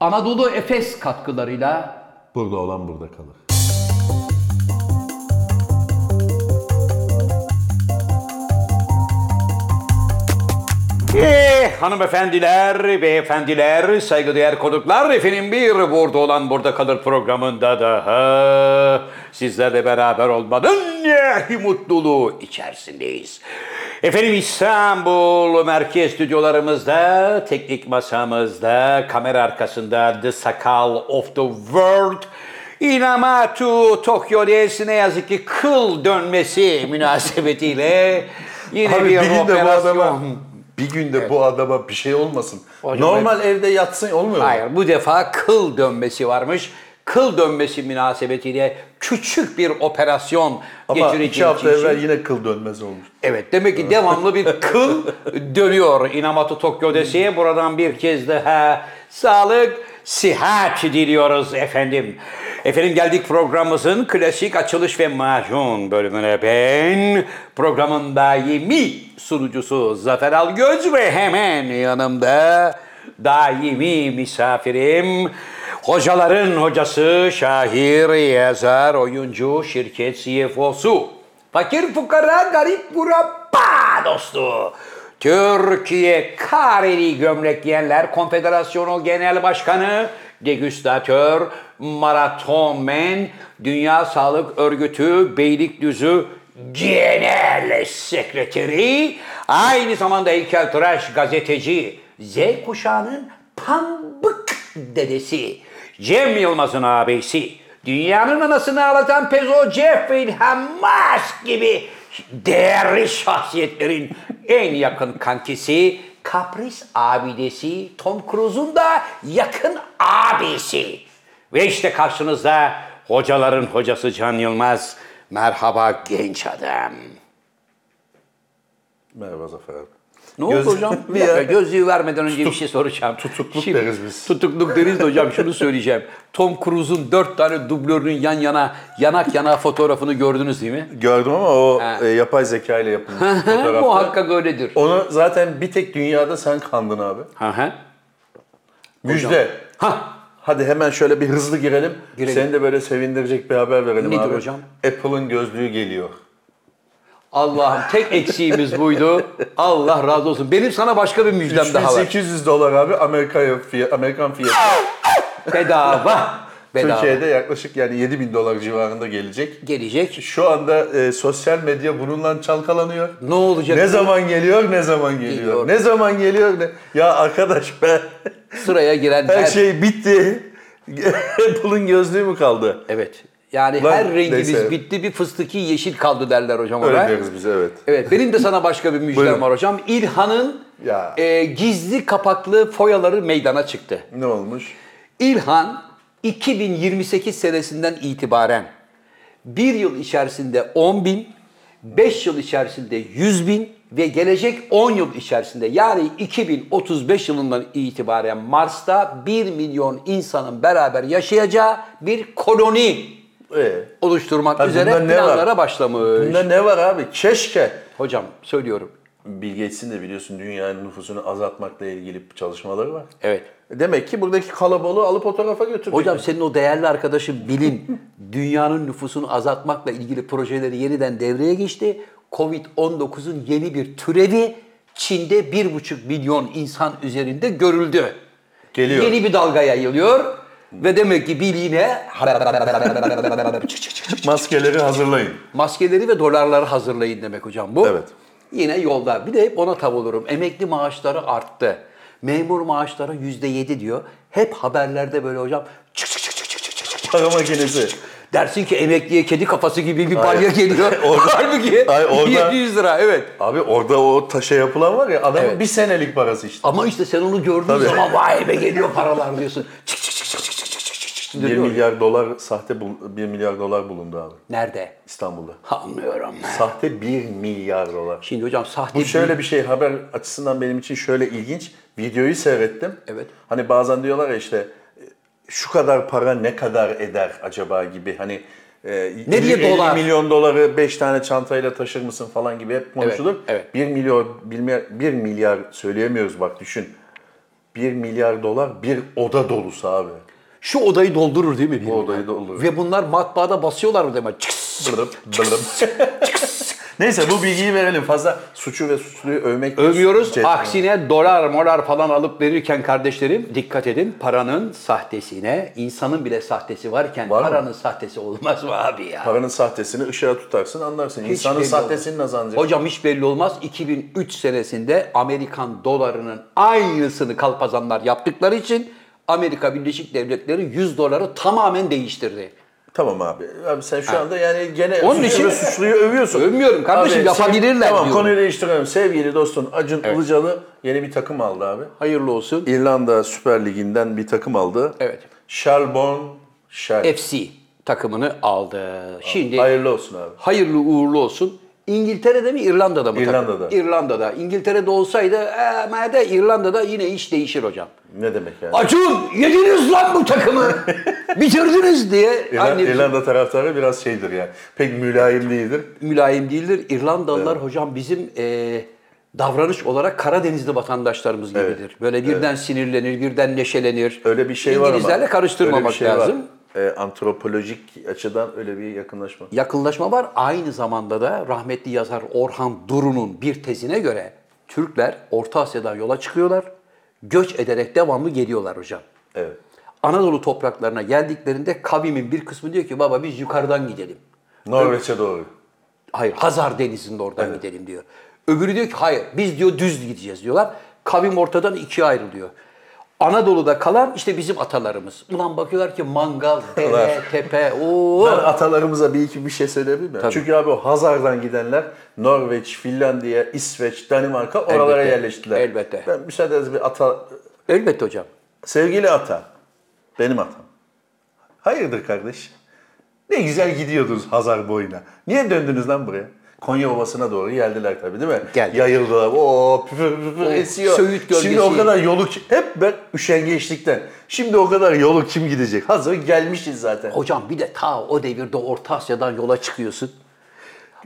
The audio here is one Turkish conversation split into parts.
Anadolu Efes katkılarıyla Burada olan burada kalır. Eh, hanımefendiler, beyefendiler, saygıdeğer konuklar efendim bir burada olan burada kalır programında daha sizlerle beraber olmanın eh, mutluluğu içerisindeyiz. Efendim İstanbul merkez stüdyolarımızda, Ee, teknik masamızda, kamera arkasında The Sakal of the World Inamatu Tokyo Reis'i ne yazık ki kıl dönmesi münasebetiyle yine Abi bir, bir gün de bu adama operasyon. bir günde bu adama bir şey olmasın. Hocam Normal evde yatsın olmuyor mu? Hayır bu defa kıl dönmesi varmış. Kıl dönmesi münasebetiyle küçük bir operasyon Ama geçireceği iki hafta için- evvel yine kıl dönmez olmuş. Evet demek ki devamlı bir kıl dönüyor Inamatu Tokyo Desi'ye. Buradan bir kez daha sağlık, sihat diliyoruz efendim. Efendim geldik programımızın klasik açılış ve macun bölümüne. Ben programında daimi sunucusu Zafer Algöz ve hemen yanımda daimi misafirim hocaların hocası, şair, yazar, oyuncu, şirket E CFO'su. Fakir fukara garip kurabba dostu. Türkiye Kareli Gömlek Giyenler Konfederasyonu Genel Başkanı, degüstatör, maratonmen, Dünya Sağlık Örgütü Beylikdüzü Genel Sekreteri, aynı zamanda heykeltıraş gazeteci, Z kuşağının pambık dedesi, Cem Yılmaz'ın abisi, dünyanın anasını ağlatan Pezo Jeffrey Hamas gibi değerli şahsiyetlerin en yakın kankisi, kapris abidesi, Tom Cruise'un da yakın abisi. Ve işte karşınızda hocaların hocası Can Yılmaz. Merhaba genç adam. Merhaba Zafer abi. Ne oldu Göz- hocam? Bir Bir dakika, ya- gözlüğü vermeden önce bir şey soracağım. tutukluk deriz biz. Tutukluk deriz de hocam şunu söyleyeceğim. Tom Cruise'un dört tane dublörünün yan yana, yanak yana fotoğrafını gördünüz değil mi? Gördüm ama o e, yapay zeka ile yapılmış fotoğraf. Muhakkak öyledir. Onu zaten bir tek dünyada sen kandın abi. Hı hı. Müjde. Hah, Hadi hemen şöyle bir hızlı girelim. Girelim. Seni de böyle sevindirecek bir haber verelim Nedir abi. hocam? Apple'ın gözlüğü geliyor. Allah'ım tek eksiğimiz buydu. Allah razı olsun. Benim sana başka bir müjdem daha var. 3800 dolar abi Amerika fiyat, Amerikan fiyatı. Bedava. Bedava. Türkiye'de yaklaşık yani 7000 dolar civarında gelecek. Gelecek. Şu anda e, sosyal medya bununla çalkalanıyor. Ne olacak? Ne zaman geliyor, ne zaman geliyor. Geliyor. Ne zaman geliyor, ne... Ya arkadaş be, Sıraya girenler. her şey bitti. Apple'ın gözlüğü mü kaldı? Evet. Yani Lan, her rengimiz neyse. bitti bir fıstıki yeşil kaldı derler hocam Öyle ona. deriz biz evet. Evet benim de sana başka bir müjdem Buyurun. var hocam. İlhan'ın Ya. e, gizli kapaklı foyaları meydana çıktı. Ne olmuş? İlhan 2028 senesinden itibaren bir yıl içerisinde 10 bin, 5 yıl içerisinde 100 bin ve gelecek 10 yıl içerisinde yani 2035 yılından itibaren Mars'ta 1 milyon insanın beraber yaşayacağı bir koloni Ee, oluşturmak Ha, bunda üzere ne var? planlara başlamış. bunda ne var abi? Keşke. Hocam söylüyorum. Bill Gates'in de biliyorsun dünyanın nüfusunu azaltmakla ilgili çalışmaları var. Evet. E, Demek ki buradaki kalabalığı alıp o tarafa götürecek. Hocam senin o değerli arkadaşın Bilin dünyanın nüfusunu azaltmakla ilgili projeleri yeniden devreye geçti. Covid-19'un yeni bir türevi Çin'de 1,5 milyon insan üzerinde görüldü. Geliyor. Yeni bir dalga yayılıyor ve demek ki Bill yine maskeleri hazırlayın. maskeleri ve dolarları hazırlayın demek hocam bu. Evet. Yine yolda. Bir de hep ona tav olurum. Emekli maaşları arttı. Memur maaşları %7 diyor. Hep haberlerde böyle hocam çık çık çık çık çık çık çık çık çık Para çık makinesi. çık. Dersin ki emekliye kedi kafası gibi bir balya Hayır. geliyor. Orada- Halbuki Hayır, orada- 700 lira evet. Abi orada o taşa yapılan var ya adamın Evet. bir senelik parası işte. Ama işte sen onu gördüğün Tabii. zaman vay be geliyor paralar diyorsun. Çık çık çık çık çık çık çık çık çık çık 1 diyor. milyar dolar sahte bul- 1 milyar dolar bulundu abi Nerede? İstanbul'da. Anlıyorum. Sahte 1 milyar dolar. Şimdi hocam sahte Bu şöyle bir şey haber açısından benim için şöyle ilginç. Videoyu seyrettim. Evet. Hani bazen diyorlar ya işte e, şu kadar para ne kadar eder acaba gibi hani e, elli- diye elli dolar? milyon doları 5 tane çantayla taşır mısın falan gibi hep konuşulur. evet. 1 milyar 1 milyar söyleyemiyoruz bak düşün. 1 1 milyar dolar bir oda dolusu abi. Şu odayı doldurur değil mi? Bu odayı doldurur. Ve bunlar matbaada basıyorlar mı demek? Çıks! Bırıp, bırıp. Neyse bu bilgiyi verelim. Fazla suçu ve suçluyu övmek Övüyoruz. Cet- Aksine dolar molar falan alıp verirken kardeşlerim dikkat edin paranın sahtesine, insanın bile sahtesi varken Var mı? paranın sahtesi olmaz mı abi ya? Paranın sahtesini ışığa tutarsın anlarsın. İnsanın belli sahtesini nasıl anlayacaksın? Hocam hiç belli olmaz. 2003 senesinde Amerikan dolarının aynısını kalpazanlar yaptıkları için Amerika Birleşik Devletleri 100 doları tamamen değiştirdi. Tamam abi. Abi sen şu anda yani gene Onun Onun suçu için- ve suçluyu övüyorsun. Övmüyorum kardeşim, Abi, yapabilirler sev- Tamam diyorum. konuyu değiştiriyorum. Sevgili dostum Acun Ilıcalı yeni bir takım aldı abi. Hayırlı olsun. İrlanda Süper Ligi'nden bir takım aldı. Evet. Shelbourne Shell. FC takımını aldı. Şimdi Hayırlı olsun abi. hayırlı uğurlu olsun. İngiltere'de mi İrlanda'da mı? İrlanda'da. takım? İrlanda'da. İngiltere'de olsaydı ama da İrlanda'da yine iş değişir hocam. Ne demek yani? Acun yediniz lan bu takımı. Bitirdiniz diye. İrla- annem- İrlanda taraftarı biraz şeydir yani. Pek mülayim değildir. mülayim değildir. İrlandalılar hocam bizim e, davranış olarak Karadenizli vatandaşlarımız gibidir. Böyle birden sinirlenir, birden neşelenir. Öyle bir şey var ama. İngilizlerle karıştırmamak öyle bir şey var. lazım. Ee, antropolojik açıdan öyle bir yakınlaşma. Yakınlaşma var. Aynı zamanda da rahmetli yazar Orhan Duru'nun bir tezine göre Türkler Orta Asya'dan yola çıkıyorlar. Göç ederek devamlı geliyorlar hocam. Evet. Anadolu topraklarına geldiklerinde kavimin bir kısmı diyor ki baba biz yukarıdan gidelim. Norveç'e doğru. Hayır Hazar Denizi'nde oradan gidelim diyor. Öbürü diyor ki hayır biz diyor düz gideceğiz diyorlar. Kavim ortadan ikiye ayrılıyor. Anadolu'da kalan işte bizim atalarımız. Ulan bakıyorlar ki mangal, dere, Atalar. tepe, ooo. Ben atalarımıza bir iki bir şey söyleyebilir miyim? Çünkü abi o Hazar'dan gidenler Norveç, Finlandiya, İsveç, Danimarka oralara Elbette, yerleştiler. elbette. Ben müsaadenizle bir ata... Elbette hocam. Sevgili ata, benim atam. Hayırdır kardeş? Ne güzel gidiyordunuz Hazar boyuna. Niye döndünüz lan buraya? Konya Ovası'na doğru geldiler tabii değil mi? Geldi. Yayıldılar. Oo, püfür püfür esiyor. Söğüt gölgesi. Şimdi o kadar yolu ki- hep ben üşengeçlikten. Şimdi o kadar yolu kim gidecek? Hazır gelmişiz zaten. Hocam bir de ta o devirde Orta Asya'dan yola çıkıyorsun.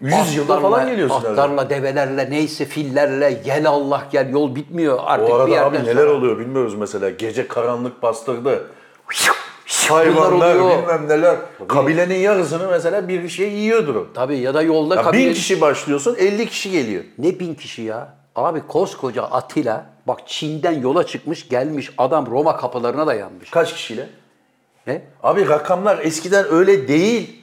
100 yılda Atlarla- falan geliyorsun herhalde. Atlarla, develerle, neyse fillerle, gel Allah gel yol bitmiyor artık Bu bir arada abi yerden neler sonra. oluyor bilmiyoruz mesela. Gece karanlık bastırdı. Bunlar Hayvanlar oluyor. bilmem neler. Kabilenin yarısını mesela bir şey yiyordur. o. Tabii ya da yolda Ya kabile- bin kişi başlıyorsun 50 kişi geliyor. Ne bin kişi ya? Abi koskoca Atilla bak Çin'den yola çıkmış gelmiş adam Roma kapılarına dayanmış. Kaç kişiyle? Ne? Abi rakamlar eskiden öyle değil.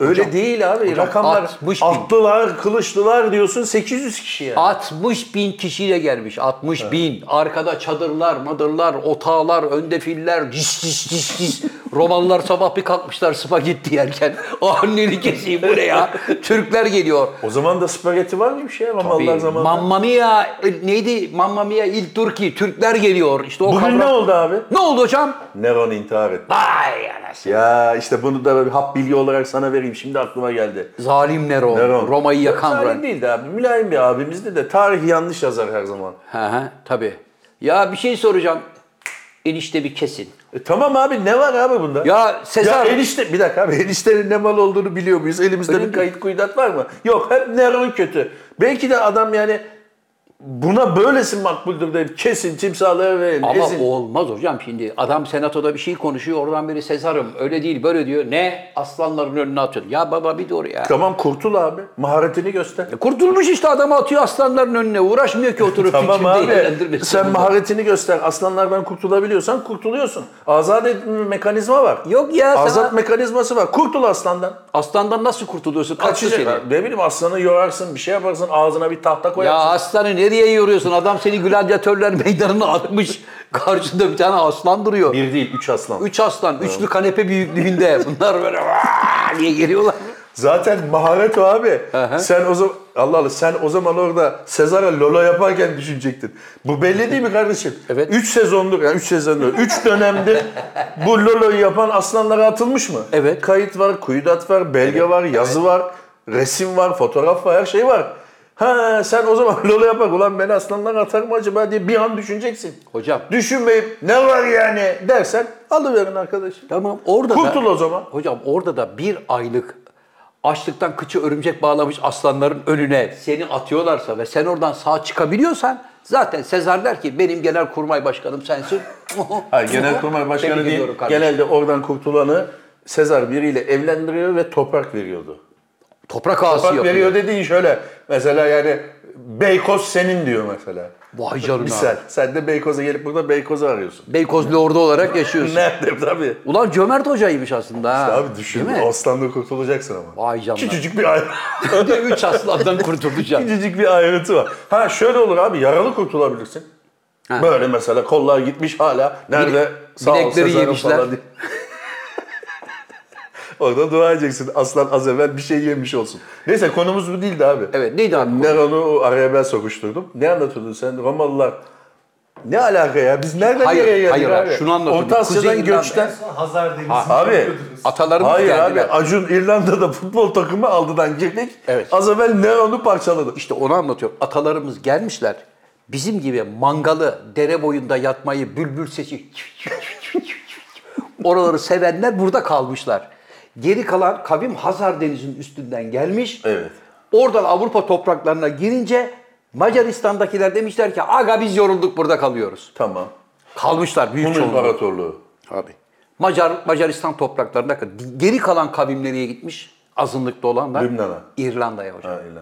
Öyle değil abi. hocam, rakamlar 60 bin. atlılar, kılıçlılar diyorsun 800 kişi yani. 60 bin kişiyle gelmiş. 60 bin. Arkada çadırlar, madırlar, otağlar, önde filler. Cis cis cis cis. Romalılar sabah bir kalkmışlar spagetti yerken. Ah anneni keseyim bu ne ya? Türkler geliyor. O zaman da spagetti var mıymış ya Romalılar zamanında? Mamma Mia e, neydi? Mamma Mia il Turki. Türkler geliyor. İşte o Bugün kavram- ne oldu abi? Ne oldu hocam? Neron intihar etti. Vay anasını. Ya işte bunu da böyle hap bilgi olarak sana vereyim. Şimdi aklıma geldi. Zalim Nero. Neron. Roma'yı yakan Ren. Zalim değildi abi. Mülayim bir abimizdi de tarih yanlış yazar her zaman. Ha ha tabii. Ya bir şey soracağım. Enişte bir kesin. E, tamam abi ne var abi bunda? Ya Sezar. Ya enişte bir dakika abi eniştenin ne mal olduğunu biliyor muyuz? Elimizde Öyle bir mi? kayıt kuyudat var mı? Yok hep Neron kötü. Belki de adam yani buna böylesi makbuldür deyip kesin timsahlara verin. Ama ezin. olmaz hocam şimdi. Adam senatoda bir şey konuşuyor. Oradan biri Sezar'ım öyle değil böyle diyor. Ne? Aslanların önüne atıyor. Ya baba bir dur ya. Tamam kurtul abi. Maharetini göster. Kurtulmuş işte adamı atıyor aslanların önüne. Uğraşmıyor ki oturup Tamam fikrini abi. değerlendirmesi. Sen maharetini göster. Aslanlardan kurtulabiliyorsan kurtuluyorsun. Azat etme mekanizma var. Yok ya, Azat sana- mekanizması var. Kurtul aslandan. Aslandan nasıl kurtuluyorsun? Açtı Kaçacak. seni. Ha, Ne bileyim aslanı yorarsın bir şey yaparsın ağzına bir tahta Ya koyarsın. aslanı nereye yoruyorsun? Adam seni gladyatörler meydanına atmış. Karşında bir tane aslan duruyor. Bir değil üç aslan. Üç aslan, üçlü kanepe büyüklüğünde. Bunlar böyle "Vaa!" diye geliyorlar. Zaten maharet o abi. Aha. sen o zaman Allah Allah sen o zaman orada Sezar'a Lola yaparken düşünecektin. Bu belli değil mi kardeşim? Evet. 3 sezondur yani 3 sezondur. 3 dönemdir bu Lolo'yu yapan aslanlara atılmış mı? Evet. Kayıt var, kuyudat var, belge var, yazı var, resim var, fotoğraf var, her şey var. Ha sen o zaman Lola yapar ulan beni aslanlar atar mı acaba diye bir an düşüneceksin. Hocam düşünmeyip ne var yani dersen alıverin arkadaşım. tamam orada Kurtul da... o zaman. Hocam orada da bir aylık açlıktan kıçı örümcek bağlamış aslanların önüne seni atıyorlarsa ve sen oradan sağ çıkabiliyorsan Zaten Sezar der ki benim genel kurmay başkanım sensin. Hayır, Genelkurmay Başkanı Tebrik değil, ediyorum kardeşim. genelde oradan kurtulanı Sezar biriyle evlendiriyor ve toprak veriyordu. Toprak ağası Toprak yapıyor. veriyor dediğin şöyle, mesela yani Beykoz senin diyor mesela. Vay canına. Misal, sen de Beykoz'a gelip burada Beykoz'u arıyorsun. Beykoz Lordu olarak yaşıyorsun. Nerede tabii. Ulan cömert hocaymış aslında. ha. Abi düşün, Değil mi? aslanla kurtulacaksın ama. Vay canına. Küçücük bir ayrı. Üç aslandan kurtulacak. Küçücük bir ayrıntı var. Ha şöyle olur abi, yaralı kurtulabilirsin. Böyle mesela kollar gitmiş hala. Nerede? Bile- Sağ ol bilekleri Sezar'ım yemişler. falan diye. Orada dua edeceksin. Aslan az evvel bir şey yemiş olsun. Neyse konumuz bu değildi abi. Evet neydi abi? konu? Neron'u araya ben sokuşturdum. Ne anlatıyordun sen? Romalılar ne alaka ya? Biz nereden Hayır, nereye geldik hayır abi? abi, şunu anlatıyorduk. Orta Asya'dan Kuzey göçten. İrlanda. Hazar Denizi. Abi Atalarımız hayır abi geldiler. Acun İrlanda'da futbol takımı aldıdan girdik. Evet. Az evvel Neron'u parçaladı. İşte onu anlatıyorum. Atalarımız gelmişler. Bizim gibi mangalı dere boyunda yatmayı bülbül sesi oraları sevenler burada kalmışlar. Geri kalan kavim Hazar Denizi'nin üstünden gelmiş. Evet. Oradan Avrupa topraklarına girince Macaristan'dakiler demişler ki aga biz yorulduk burada kalıyoruz. Tamam. Kalmışlar büyük Hun çoğunluğu. İmparatorluğu. Abi. Macar, Macaristan topraklarına kadar. Geri kalan kavim nereye gitmiş? Azınlıkta olanlar. Lübnan'a. İrlanda'ya hocam. Ha, İrlanda.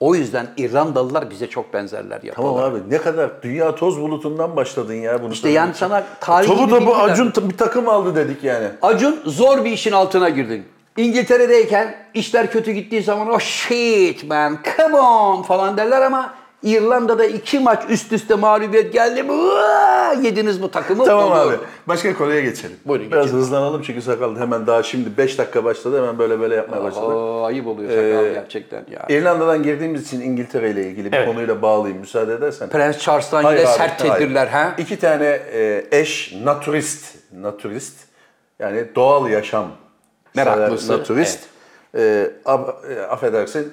O yüzden İrlandalılar bize çok benzerler yapıyorlar. Tamam abi ne kadar dünya toz bulutundan başladın ya bunu. İşte yani sana tarihi Topu bir da bu bilgi ver. Acun t- bir takım aldı dedik yani. Acun zor bir işin altına girdin. İngiltere'deyken işler kötü gittiği zaman o shit man come on falan derler ama İrlanda'da iki maç üst üste mağlubiyet geldi mi "Uaa!" yediniz bu takımı. Tamam oluyor. abi. Başka konuya geçelim. Buyurun, Biraz geçelim. hızlanalım çünkü sakal hemen daha şimdi 5 dakika başladı hemen böyle böyle yapmaya başladı. Aa, ayıp oluyor sakal Ee, gerçekten ya. İrlanda'dan girdiğimiz için İngiltere ile ilgili bir konuyla bağlayayım müsaade edersen. Prens Charles'tan Hayır yine abi, sert hayır. tedbirler ha. İki tane e, eş naturist, naturist yani doğal yaşam Meraklısı, sever Naturist. E, ab- e, affedersin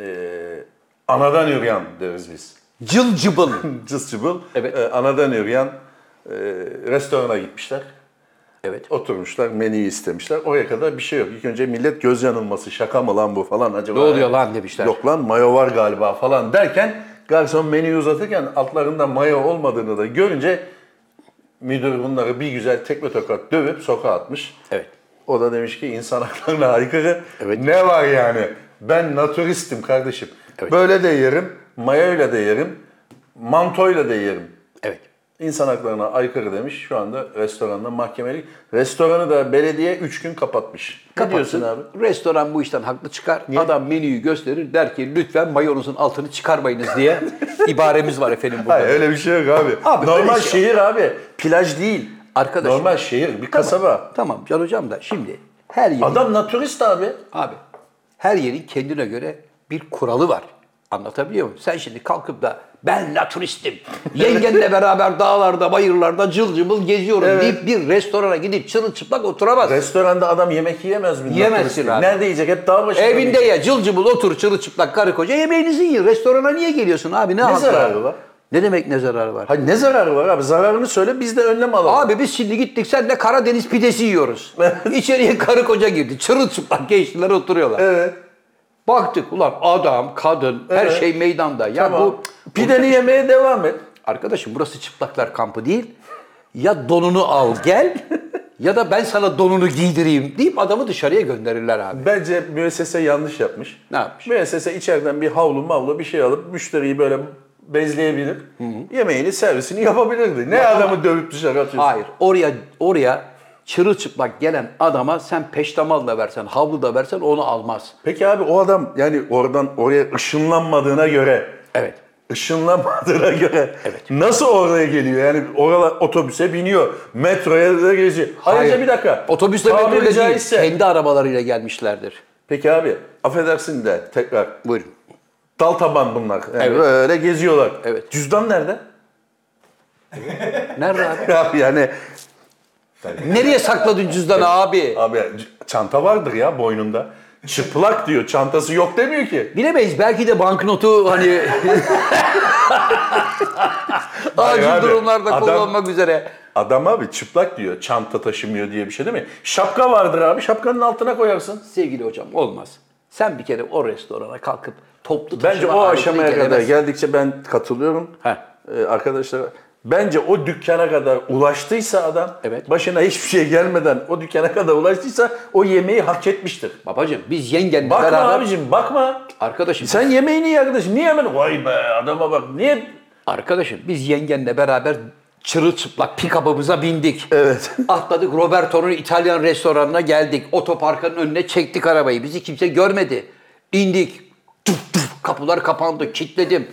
e, anadan yürüyen deriz biz. Cıl cıbıl. Cız cıbıl. Evet. E, anadan yürüyen e, restorana gitmişler. evet. Oturmuşlar, menüyü istemişler. Oraya kadar bir şey yok. İlk önce millet göz yanılması, şaka mı lan bu falan acaba. Ne oluyor lan demişler. Yok lan mayo var galiba falan derken garson menüyü uzatırken altlarında mayo olmadığını da görünce müdür bunları bir güzel tekme tokat dövüp sokağa atmış. Evet. O da demiş ki insan haklarına aykırı Evet. ne var yani? Ben naturistim kardeşim. Evet. Böyle de yerim, mayoyla da yerim, mantoyla da yerim. Evet. İnsan haklarına aykırı demiş. Şu anda restoranda mahkemelik. Restoranı da belediye 3 gün kapatmış. Ne diyorsun abi? Restoran bu işten haklı çıkar. Adam menüyü gösterir der ki lütfen mayonuzun altını çıkarmayınız diye ibaremiz var efendim burada. Hayır öyle bir şey yok abi. Abi, Normal öyle şey şehir abi. Plaj değil. Arkadaşım. Normal şey. şehir. Bir kasaba. Tamam Can Hocam da şimdi her yerin, Adam naturist abi. abi, her yerin kendine göre bir kuralı var. Anlatabiliyor muyum? Sen şimdi kalkıp da ben naturistim. Yengenle beraber dağlarda, bayırlarda cıl cıbıl geziyorum deyip bir restorana gidip çırılçıplak oturamaz. Restoranda adam yemek yiyemez mi? Yiyemezsin naturist? abi. Nerede yiyecek? Hep dağ başında. mı Evinde yiyecek? ya cıl cıbıl otur çırılçıplak karı koca yemeğinizi yiyin. Restorana niye geliyorsun abi? Ne, haklı zararı var? Ne demek ne zararı var? Hayır, ne zararı var abi? Zararını söyle biz de önlem alalım. Abi biz şimdi gittik sen de Karadeniz pidesi yiyoruz. İçeriye karı koca girdi. Çırılçıplak gençler oturuyorlar. Evet. Baktık ulan adam, kadın, her Evet. şey meydanda. Ya Tamam. bu Pideni yemeye devam et. arkadaşım burası çıplaklar kampı değil. Ya donunu al gel ya da ben sana donunu giydireyim deyip adamı dışarıya gönderirler abi. Bence müessese yanlış yapmış. Ne yapmış? Müessese içeriden bir havlu mavlu bir şey alıp müşteriyi böyle bezleyebilir. Yemeğini servisini yapabilirdi. Ne adamı dövüp dışarı atıyorsun? Hayır. Oraya oraya çırılçıplak gelen adama sen peştemal da versen, havlu da versen onu almaz. Peki abi o adam yani oradan oraya ışınlanmadığına göre Evet. ışınlanmadığına göre nasıl oraya geliyor? Yani oralar otobüse biniyor. Metroya da geziyor. Ayrıca Hayır. bir dakika. Otobüsle Tabiri metroyla değil, caizse- kendi arabalarıyla gelmişlerdir. Peki abi affedersin de tekrar. Buyurun. Dal taban bunlar. Yani Evet. Böyle geziyorlar. Evet. Cüzdan nerede? Nerede abi? Abi yani Nereye sakladın cüzdanı abi? Abi c- çanta vardır ya boynunda. Çıplak diyor. Çantası yok demiyor ki. Bilemeyiz. Belki de banknotu hani Hayır acil abi, durumlarda adam- kullanmak üzere. Adam abi çıplak diyor. Çanta taşımıyor diye bir şey değil mi? Şapka vardır abi. Şapkanın altına koyarsın. Sevgili hocam olmaz. Sen bir kere o restorana kalkıp toplu taşıma Bence o aletini aşamaya kadar gelemezsin. geldikçe ben katılıyorum. Heh. e, arkadaşlar bence o dükkana kadar ulaştıysa adam Evet. başına hiçbir şey gelmeden o dükkana kadar ulaştıysa o yemeği hak etmiştir. Babacım biz yengenle Bakma beraber... abicim bakma. Arkadaşım, Sen yemeğini ye arkadaşım. Niye hemen vay be adama bak. Niye arkadaşım biz yengenle beraber çırılçıplak pikabımıza bindik. Evet. Atladık Roberto'nun İtalyan restoranına geldik. Otoparkın önüne çektik arabayı. Bizi kimse görmedi. İndik. Tuf tuf, kapılar kapandı. Kilitledim.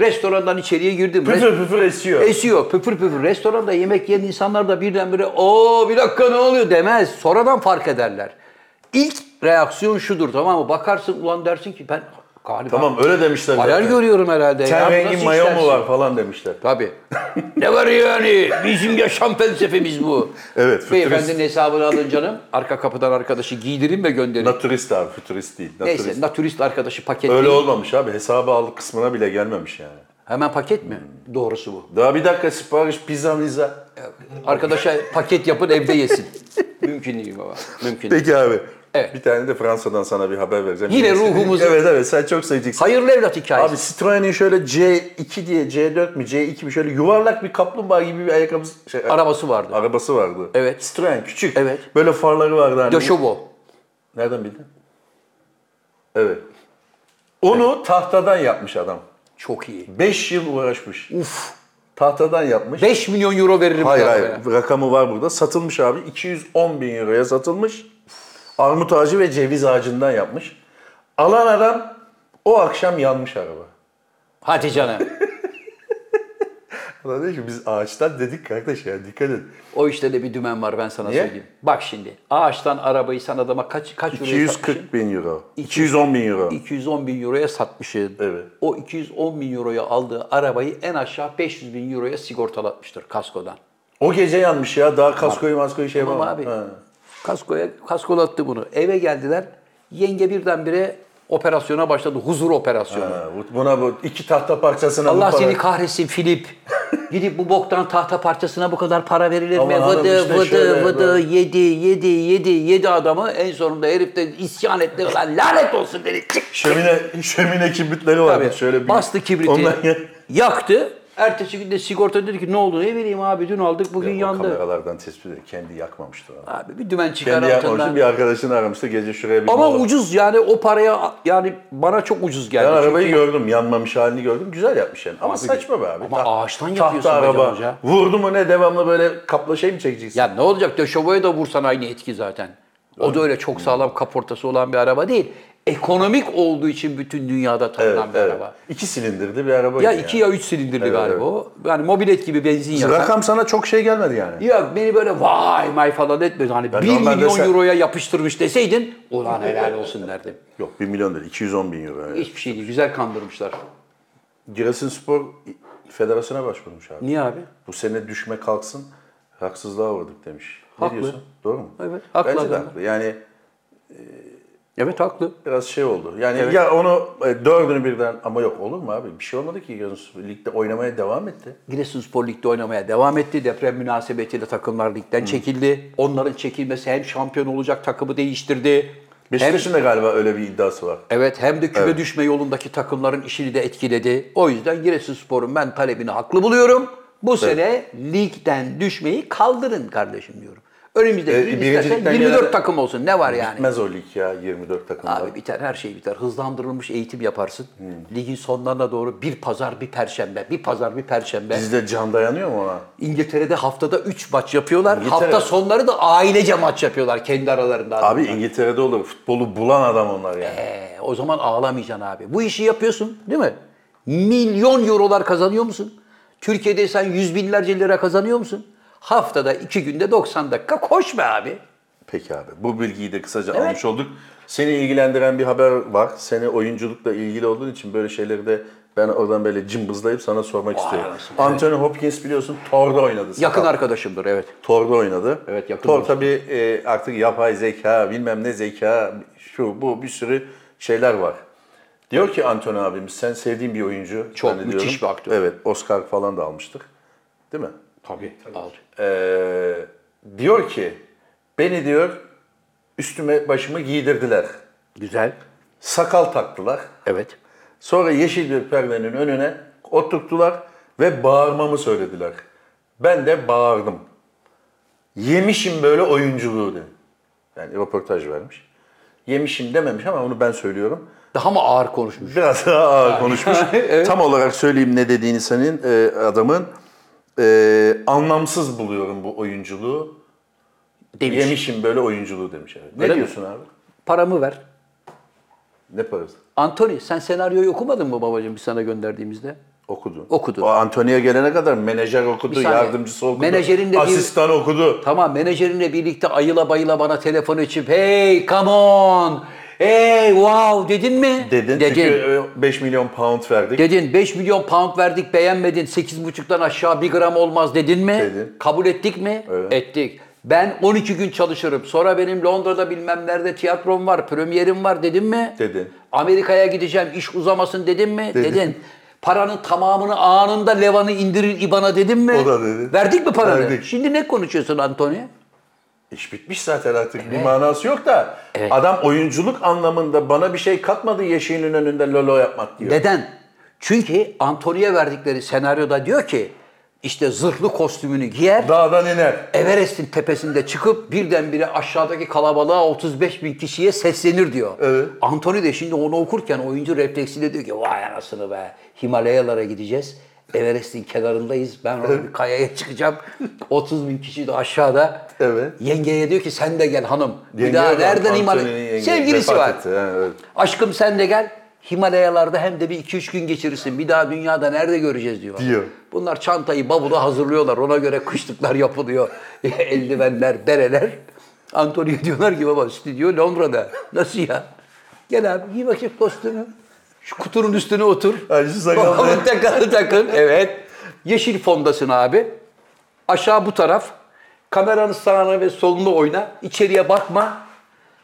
Restorandan içeriye girdim. Res- püfür püfür esiyor. Esiyor püfür püfür. Restoranda yemek yiyen insanlar da birdenbire o bir dakika ne oluyor demez. Sonradan fark ederler. İlk reaksiyon şudur tamam mı? Bakarsın ulan dersin ki ben galiba tamam öyle demişler. hayal zaten. görüyorum herhalde. ya. Ten Bu rengi nasıl mayo mu işlersin? var falan demişler. Tabii. ne var yani? Bizim yaşam felsefemiz bu. Evet, fütürist. Beyefendinin hesabını alın canım. Arka kapıdan arkadaşı giydirin ve gönderin. Naturist abi, fütürist değil. Naturist. Neyse naturist arkadaşı paketleyin. Öyle olmamış abi. Hesabı al kısmına bile gelmemiş yani. Hemen paket mi? Doğrusu bu. Daha bir dakika sipariş pizza miza. Arkadaşa paket yapın evde yesin. Mümkün değil baba. Mümkün değil. Peki abi. Evet. Bir tane de Fransa'dan sana bir haber vereceğim. Yine Bilirsin. ruhumuzu- evet evet sen çok seveceksin. Hayırlı evlat hikayesi. Abi Citroen'in şöyle C2 diye C4 mi C2 mi şöyle yuvarlak bir kaplumbağa gibi bir ayakkabı şey, Arabası vardı. arabası vardı. Evet. Citroen küçük. Evet. Böyle farları vardı. Hani. Döşovo. Nereden bildin? Evet. Onu tahtadan yapmış adam. Çok iyi. 5 yıl uğraşmış. Uf. Tahtadan yapmış. 5 milyon euro veririm. Hayır bu hayır arabaya. rakamı var burada. Satılmış abi 210 bin euroya satılmış. Armut ağacı ve ceviz ağacından yapmış. Alan adam o akşam yanmış araba. Hadi canım. Ulan diyor ki biz ağaçtan dedik kardeş ya dikkat et. O işte de bir dümen var ben sana Niye? söyleyeyim. Bak şimdi ağaçtan arabayı sen adama kaç kaç euroya satmışsın? 240 bin euro. 210 bin euro. 210 bin euroya satmışsın. Evet. O 210 bin euroya aldığı arabayı en aşağı 500 bin euroya sigortalatmıştır kaskodan. O gece yanmış ya daha kaskoyu maskoyu şey Tamam yapamam. abi. Ha. Kaskoya kaskolattı bunu. Eve geldiler. Yenge birdenbire operasyona başladı. Huzur operasyonu. Ha, bu- Buna bu iki tahta parçasına bu Allah para- seni kahretsin Filip. Gidip bu boktan tahta parçasına bu kadar para verilir mi? Aman hanım Vıdı işte şöyle vıdı vıdı böyle. yedi yedi yedi yedi adamı en sonunda herif de isyan etti. Lan lanet olsun dedi. Çık Şömine, şömine kibritleri var. Tabii. Şöyle bir, Bastı kibriti, Onlar- yaktı. Ertesi gün de sigorta dedi ki ne oldu ne bileyim abi dün aldık bugün O yandı. kameralardan tespit edildi. Kendi yakmamıştı onu. Abi bir dümen çıkar Kendi yakmamıştı. altından. Bir arkadaşını aramıştı. Gece şuraya bir Ama mola- ucuz yani o paraya yani bana çok ucuz geldi. Ben E Çünkü- arabayı gördüm. Yanmamış halini gördüm. Güzel yapmış yani. Ama saçma be abi. Ama ağaçtan yapıyorsun Tahta hocam araba. hoca. Vurdu mu ne devamlı böyle kapla şey mi çekeceksin? Ya ne olacak Döşovo'ya da vursan aynı etki zaten. O da öyle çok sağlam kaportası olan bir araba değil. Ekonomik olduğu için bütün dünyada evet, tanınan bir evet. araba. İki silindirli bir araba. Ya yani. iki ya üç silindirli Evet, galiba evet. o. Yani mobilet gibi benzin yakan. Rakam sana çok şey gelmedi yani. Ya beni böyle vay may falan etmedi. Hani 1 normalde milyon sen- euroya yapıştırmış deseydin ulan helal olsun derdim. Yok 1 milyon değil. 210 bin euro. Yani. Hiçbir şey değil. Güzel kandırmışlar. Giresunspor Federasyon'a başvurmuş abi. Niye abi? Bu sene düşme kalksın haksızlığa uğradık demiş. Haklı. Ne diyorsun? Doğru mu? Evet, haklı Bence de adam. haklı. Yani Evet haklı. biraz şey oldu. Yani ya onu e, dördünü birden ama yok olur mu abi? Bir şey olmadı ki Giresunspor ligde oynamaya devam etti. Giresunspor Lig'de oynamaya devam etti. Deprem münasebetiyle takımlar ligden çekildi. Onların çekilmesi hem şampiyon olacak takımı değiştirdi. Hem, Beşiktaş'ın da galiba öyle bir iddiası var. evet hem de küme düşme yolundaki takımların işini de etkiledi. O yüzden Giresunspor'un ben talebini haklı buluyorum. Bu sene ligden düşmeyi kaldırın kardeşim diyorum. Önümüzdeki E, yıl birinci istersen ligden 24 gene de- takım olsun ne var yani? Bitmez o lig ya 24 takımda. Abi biter her şey biter. Hızlandırılmış eğitim yaparsın. Hmm. Ligin sonlarına doğru bir pazar bir perşembe, bir pazar bir perşembe. Bizde can dayanıyor mu ona? İngiltere'de haftada 3 maç yapıyorlar. İngiltere- Hafta sonları da ailece maç yapıyorlar kendi aralarında. Abi İngiltere'de olur. Futbolu bulan adam onlar yani. Ee, o zaman ağlamayacaksın abi. Bu işi yapıyorsun değil mi? Milyon eurolar kazanıyor musun? Türkiye'de sen yüz binlerce lira kazanıyor musun? Haftada iki günde 90 dakika koşma abi. Peki abi. Bu bilgiyi de kısaca almış olduk. Seni ilgilendiren bir haber var. Seni oyunculukla ilgili olduğun için böyle şeyleri de ben oradan böyle cımbızlayıp sana sormak istiyorum. anasını Anthony Hopkins biliyorsun Thor'da oynadı. Yakın Sakat. arkadaşımdır evet. Thor'da oynadı. Evet, yakın Thor dostum. tabii e, artık yapay zeka, bilmem ne zeka, şu bu bir sürü şeyler var. Diyor ki Anthony abimiz sen sevdiğin bir oyuncu. Çok, Ben de müthiş diyorum. bir aktör. Evet Oscar falan da almıştık. Değil mi? Tabii. Aldı. Ee, diyor ki beni diyor üstüme başımı giydirdiler. Güzel. Sakal taktılar. Evet. Sonra yeşil bir perdenin önüne oturttular. Ve bağırmamı söylediler. Ben de bağırdım. Yemişim böyle oyunculuğu dedim. Yani röportaj vermiş. Yemişim dememiş ama onu ben söylüyorum. Daha mı ağır konuşmuş? Biraz daha ağır konuşmuş. Tam olarak söyleyeyim ne dediğini senin e, adamın. E, anlamsız buluyorum bu oyunculuğu. Demiş. Yemişim böyle oyunculuğu demiş. evet. Ne Öyle mi? diyorsun abi? Paramı ver. Ne parası? Antoni sen senaryoyu okumadın mı babacığım biz sana gönderdiğimizde? Okudu. Okudu. O Antonio'ya gelene kadar menajer okudu, Bir saniye. yardımcısı okudu. Menajerin de bir- asistan okudu. Tamam menajerinle birlikte ayıla bayıla bana telefonu içip hey come on, hey wow dedin mi? Dedin çünkü e, 5 milyon pound verdik. Dedin 5 milyon pound verdik beğenmedin 8,5'tan aşağı 1 gram olmaz dedin mi? Dedim. Kabul ettik mi? Evet. Ettik. Ben 12 gün çalışırım. Sonra benim Londra'da bilmem nerede tiyatrom var, premierim var dedim mi? Dedin. Amerika'ya gideceğim iş uzamasın dedim mi? Dedin. Paranın tamamını anında Levan'ı indirir İBAN'a dedim mi? O da dedi. Verdik mi paranı? Verdik. Şimdi ne konuşuyorsun Antonio? İş bitmiş zaten artık bir manası yok da. Evet. Adam oyunculuk anlamında bana bir şey katmadı yeşilin önünde lolo yapmak diyor. Neden? Çünkü Antonio'ya verdikleri senaryoda diyor ki işte zırhlı kostümünü giyer, Dağdan iner. Everest'in tepesinde çıkıp birdenbire aşağıdaki kalabalığa 35 bin kişiye seslenir diyor. Evet. Anthony de şimdi onu okurken oyuncu refleksiyle diyor ki vay anasını be Himalayalara gideceğiz. Everest'in kenarındayız. Ben orada bir kayaya çıkacağım. 30 bin kişi de aşağıda. Evet. Yengeye diyor ki sen de gel hanım. bir Yenge daha var, nereden Anthony'nin Himalaya? yenge Sevgilisi vefat var. etti, ha, evet. Aşkım sen de gel. Himalayalarda hem de bir iki üç gün geçirirsin. Bir daha dünyada nerede göreceğiz diyor. Diyor. Bunlar çantayı bavula hazırlıyorlar. Ona göre kışlıklar yapılıyor. Eldivenler, bereler. Antonio diyorlar ki baba stüdyo Londra'da. Nasıl ya? Gel abi giy bakayım kostümü. Şu kutunun üstüne otur. Ay, şu sakallı. Bakalım takın takın. Evet. Yeşil fondasın abi. Aşağı bu taraf. Kameranın sağına ve soluna oyna. İçeriye bakma.